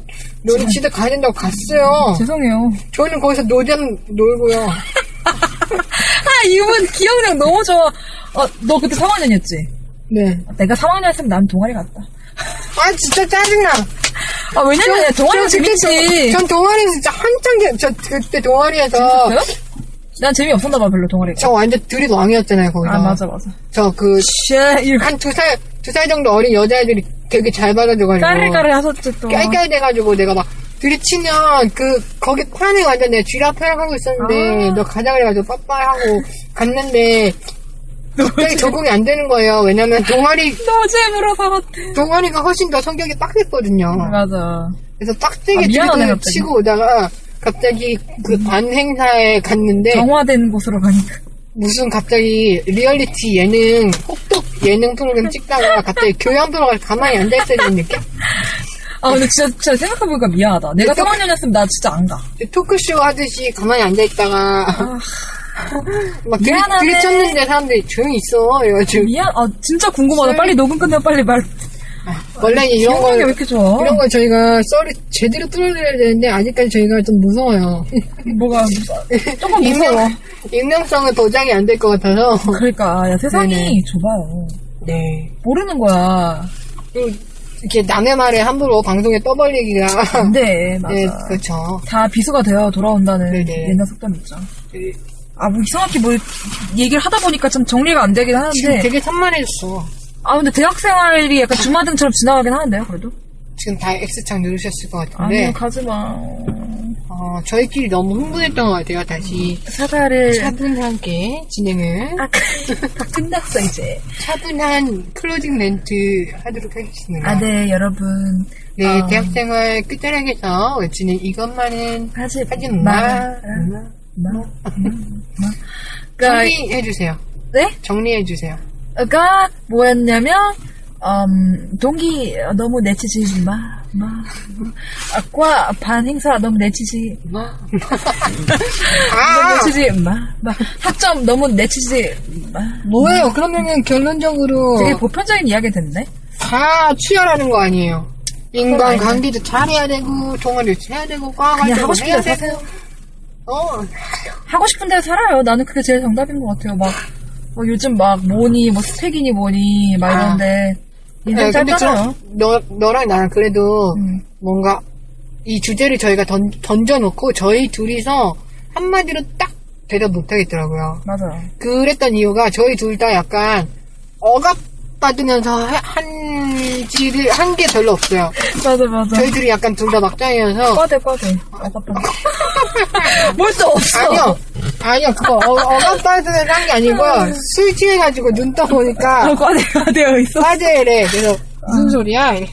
Speaker 4: 너는 집에 가야 된다고 갔어요.
Speaker 3: 죄송해요. *laughs*
Speaker 4: 저는 거기서 노잼 놀고요.
Speaker 3: 아 이분 기억력 너무 좋아. 어너 그때 3학년이었지?
Speaker 4: 네.
Speaker 3: 내가 3학년이었으면 난 동아리 갔다.
Speaker 4: 아 진짜 짜증나.
Speaker 3: 아 왜냐면 동아리가
Speaker 4: 저 그때
Speaker 3: 재밌지.
Speaker 4: 저- 전 동아리에서 진짜 한창 재- 저 그때 동아리에서
Speaker 3: 그래요? 난 재미 없었나 봐 별로 동아리가.
Speaker 4: 저 완전 드립 왕이었잖아요 거기서.
Speaker 3: 아 맞아 아, 맞아.
Speaker 4: 저그
Speaker 3: 쉐 이렇게
Speaker 4: 한 두 살 두 살 정도 어린 여자애들이 되게 잘 받아줘가지고.
Speaker 3: 까르까르 하셨지 또.
Speaker 4: 그 깔깔 돼가지고 내가 막 들이치면 그 거기 판에 완전 내 쥐락펴락하고
Speaker 3: 아.
Speaker 4: 있었는데 너 가자 그래가지고 빠빠하고 갔는데
Speaker 3: *laughs*
Speaker 4: 갑자기 적응이 안 되는 거예요. 왜냐면 동아리
Speaker 3: 노잼으로 살았대.
Speaker 4: 동아리가 훨씬 더 성격이 빡셌거든요.
Speaker 3: 맞아.
Speaker 4: 그래서
Speaker 3: 아,
Speaker 4: 빡세게
Speaker 3: 미안하네,
Speaker 4: 들이치고
Speaker 3: 갑자기. 음.
Speaker 4: 치고 오다가 갑자기 그 반 행사에 갔는데
Speaker 3: 정화된 곳으로 가니까.
Speaker 4: 무슨 갑자기 리얼리티 예능 혹독 예능 프로그램 찍다가 갑자기 교양 들어가서 가만히 앉아 있어야 되는 느낌?
Speaker 3: 아 근데 진짜, 진짜 생각해보니까 미안하다. 내가
Speaker 4: 또-
Speaker 3: 3학년이었으면 나 진짜 안 가.
Speaker 4: 토크쇼 하듯이 가만히 앉아있다가 *laughs* 막 들이,
Speaker 3: 미안하네.
Speaker 4: 들이쳤는데 사람들이 조용히 있어 이래가지고
Speaker 3: 미안. 아 진짜 궁금하다. 빨리 녹음 끝내 빨리 말.
Speaker 4: 원래 이런 거
Speaker 3: 기억력이 왜 이렇게 좋아?
Speaker 4: 이런 거 저희가 썰을 제대로 뚫어드려야 되는데 아직까지 저희가 좀
Speaker 3: *laughs*
Speaker 4: 무서워요 *laughs*
Speaker 3: 뭐가 조금 무서워.
Speaker 4: 익명, 익명성은 도장이 안 될 것 같아서
Speaker 3: 그러니까 야 세상이
Speaker 4: 네네.
Speaker 3: 좁아요.
Speaker 4: 네
Speaker 3: 모르는 거야.
Speaker 4: 그리고 이렇게 남의 말에 함부로 방송에 떠벌리기가
Speaker 3: 안 돼. 음, 맞아.
Speaker 4: 네 그렇죠
Speaker 3: 다 비수가 되어 돌아온다는
Speaker 4: 네네.
Speaker 3: 옛날 속담 있죠.
Speaker 4: 네.
Speaker 3: 아, 뭐 이상하게 뭐 얘기를 하다 보니까 참 정리가 안 되긴
Speaker 4: 지금
Speaker 3: 하는데.
Speaker 4: 되게 산만해졌어
Speaker 3: 아, 근데 대학생활이 약간 주마등처럼 지나가긴 하는데요, 그래도?
Speaker 4: 지금 다 X창 누르셨을 것
Speaker 3: 아니요, 네.
Speaker 4: 같은데
Speaker 3: 가지마.
Speaker 4: 어, 저희끼리 너무 흥분했던 것 같아요 다시
Speaker 3: 사과를.
Speaker 4: 차분하게 진행을
Speaker 3: *laughs* 아, 끝났어, 이제.
Speaker 4: 차분한 클로징 멘트 하도록 하겠습니다.
Speaker 3: 아, 네, 여러분.
Speaker 4: 네,
Speaker 3: 어.
Speaker 4: 대학생활 끝자락에서 외치는 이것만은
Speaker 3: 하지,
Speaker 4: 하지
Speaker 3: 마.
Speaker 4: 마.
Speaker 3: 마. 마. 그니까,
Speaker 4: 정리해주세요.
Speaker 3: 네?
Speaker 4: 정리해주세요.
Speaker 3: 가 뭐였냐면 음, 동기 어, 너무 내치지 마, *laughs* 마, 마. 아, 과, 반 행사 너무 내치지
Speaker 4: *laughs*
Speaker 3: 마, 뭐, 너무
Speaker 4: 아!
Speaker 3: 내치지 마, 마. 학점 너무 내치지 마.
Speaker 4: 뭐예요? 그러면은 결론적으로
Speaker 3: 되게 보편적인 이야기 됐네.
Speaker 4: 다 취하라는 거 아니에요? 인간
Speaker 3: 아니에요.
Speaker 4: 관계도 잘해야 되고, 동아리도 해야 되고, 과학
Speaker 3: 어, 네. 그냥 하고
Speaker 4: 활동도
Speaker 3: 싶은 대로
Speaker 4: 해야 되고.
Speaker 3: 사세요.
Speaker 4: 어,
Speaker 3: 하고 싶은 대로 살아요. 나는 그게 제일 정답인 것 같아요. 막, 뭐 요즘 막 뭐니, 뭐 스펙이니 뭐니 막
Speaker 4: 아.
Speaker 3: 이런데 인생
Speaker 4: 네, 음. 근데
Speaker 3: 짧잖아요.
Speaker 4: 저- 너, 너랑 나랑 그래도 뭔가 이 주제를 저희가 던, 던져놓고 저희 둘이서 한마디로 딱 대답 못하겠더라고요.
Speaker 3: 맞아요.
Speaker 4: 그랬던 이유가 저희 둘 다 약간 억압받으면서 하- 한지를 한 게 별로 없어요.
Speaker 3: 맞아, 맞아.
Speaker 4: 저희 둘이 약간 둘 다 *laughs* 막장이어서
Speaker 3: 꽈대, 꽈대. 아깝다. 뭘또 없어.
Speaker 4: 아니요. 아니요, 그거, 어, 억압받으면서 한 게 아니고, 술 취해가지고 눈
Speaker 3: 아,
Speaker 4: 떠보니까,
Speaker 3: 과대가 되어 있어.
Speaker 4: 아. 화제래. 그래서, 음. 무슨 소리야? 이래.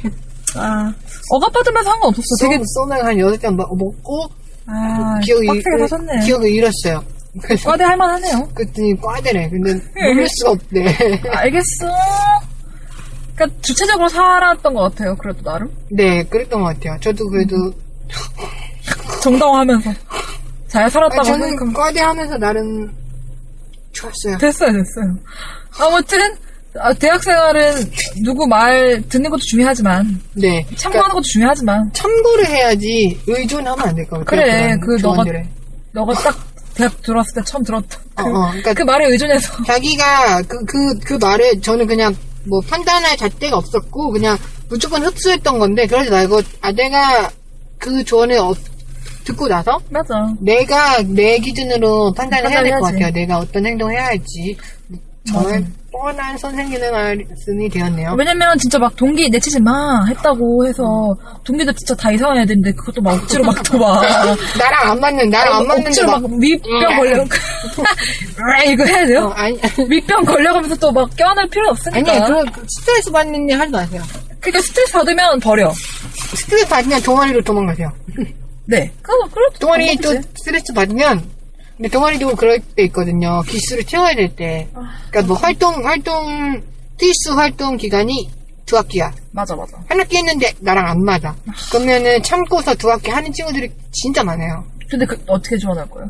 Speaker 3: 아, 억압받으면서 한 건 없었어.
Speaker 4: 되게
Speaker 3: 되게,
Speaker 4: 소맥 한 여섯 잔 먹- 먹고,
Speaker 3: 아,
Speaker 4: 기억이
Speaker 3: 빡세게
Speaker 4: 잃-
Speaker 3: 사셨네.
Speaker 4: 기억을 잃었어요. 그래서
Speaker 3: 과대 할만하네요.
Speaker 4: 그랬더니 과대래. 근데
Speaker 3: 예.
Speaker 4: 모를 수가 없대.
Speaker 3: 알겠어. 그니까, 주체적으로 살았던 것 같아요. 그래도 나름.
Speaker 4: *laughs* 네, 그랬던 것 같아요. 저도 그래도
Speaker 3: 음. 정당화하면서. 잘
Speaker 4: 아니,
Speaker 3: 살았다고
Speaker 4: 저는
Speaker 3: 생각하면.
Speaker 4: 과대 하면서 나름 좋았어요.
Speaker 3: 됐어요, 됐어요. 아무튼, 아, 대학 생활은 누구 말 듣는 것도 중요하지만,
Speaker 4: 네.
Speaker 3: 그
Speaker 4: 그러니까
Speaker 3: 참고하는 것도 중요하지만,
Speaker 4: 참고를 해야지 의존하면 안 될 것 같아요.
Speaker 3: 그래,
Speaker 4: 그런
Speaker 3: 그 너가,
Speaker 4: 조언들에.
Speaker 3: 너가 딱 대학 들어왔을 때 처음 들었던 그,
Speaker 4: 어, 어, 그러니까-
Speaker 3: 그 말에 의존해서.
Speaker 4: 자기가 그 그 그 말에 저는 그냥 뭐 판단할 잣대가 없었고 그냥 무조건 흡수했던 건데 그러지 말고 아내가 그 조언을 어- 듣고 나서
Speaker 3: *laughs* 맞아.
Speaker 4: 내가 내 기준으로 판단을 해야 될 것
Speaker 3: 판단해야지. 음.
Speaker 4: 같아요. 내가 어떤 행동을 해야 할지 정말 뻔한 선생님의 말씀이 되었네요.
Speaker 3: 왜냐면 진짜 막 동기 내치지 마 했다고 해서 동기도 진짜 다 이상한 애들인데 그것도 막 억지로 막 또 막.
Speaker 4: 나랑 안 맞는 나랑 아, 안 맞는데
Speaker 3: 억지로
Speaker 4: 막
Speaker 3: 막 윗병 걸려. *laughs* 으아, 이거 해야
Speaker 4: 어,
Speaker 3: 돼요?
Speaker 4: 아니
Speaker 3: 윗병 걸려가면서 또 막 껴안을 필요 없으니까.
Speaker 4: 아니 그 스트레스 받는 일 하지 마세요.
Speaker 3: 그러니까 스트레스 받으면 버려.
Speaker 4: 스트레스 받으면 동아리로 도망가세요.
Speaker 3: 네. 그거 그래도
Speaker 4: 동아리 또
Speaker 3: 방법이지.
Speaker 4: 스트레스 받으면 근데 동아리도 그럴 때 있거든요. 기수를 채워야 될 때.
Speaker 3: 아,
Speaker 4: 그러니까 뭐 활동 활동 필수 활동 기간이 두 학기야.
Speaker 3: 맞아 맞아.
Speaker 4: 한 학기 했는데 나랑 안 맞아. 그러면은 참고서 두 학기 하는 친구들이 진짜 많아요.
Speaker 3: 근데 그 어떻게 지원할 거예요?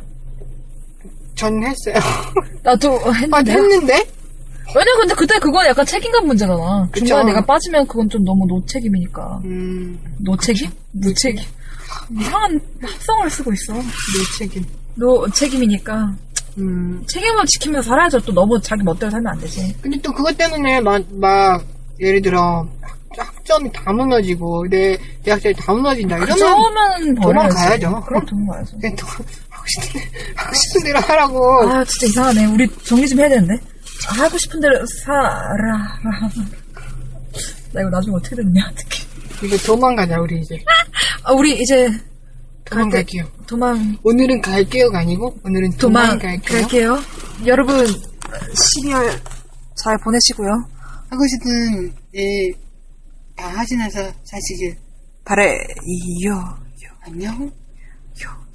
Speaker 4: 전 했어요. *laughs*
Speaker 3: 나도
Speaker 4: 아,
Speaker 3: 했는데.
Speaker 4: 했는데
Speaker 3: 왜냐 근데 그때 그건 약간 책임감 문제잖아.
Speaker 4: 그쵸.
Speaker 3: 중간에 내가 빠지면 그건 좀 너무 노책임이니까.
Speaker 4: 음,
Speaker 3: 노책임? 무책임. 이상한 합성어를 쓰고 있어.
Speaker 4: 무책임.
Speaker 3: 노책임이니까
Speaker 4: 음.
Speaker 3: 책임을 지키면서 살아야죠. 또 너무 자기 멋대로 살면 안 되지.
Speaker 4: 근데 또 그것 때문에 막, 막 예를 들어 학- 학점이 다 무너지고 내 대학생이 다 무너진다 이러면
Speaker 3: 그러면
Speaker 4: 도망가야죠.
Speaker 3: 그럼 도망가야죠.
Speaker 4: 그냥 또 하고 싶은 대- 하고 싶은 대로 하라고.
Speaker 3: 아 진짜 이상하네. 우리 정리 좀 해야 되는데. 하고 싶은 대로 살아. 나 이거 나중에 어떻게 됐냐 어떻게.
Speaker 4: 이제 도망가자 우리 이제
Speaker 3: 아 우리 이제
Speaker 4: 도망갈게요.
Speaker 3: 도망
Speaker 4: 오늘은 갈게요가 아니고 오늘은 도망갈게요.
Speaker 3: 도망갈게요. 여러분 12월 잘 보내시고요.
Speaker 4: 하고 싶은 일 다 하시면서 사시길
Speaker 3: 발에 이요.
Speaker 4: 안녕.
Speaker 3: 요.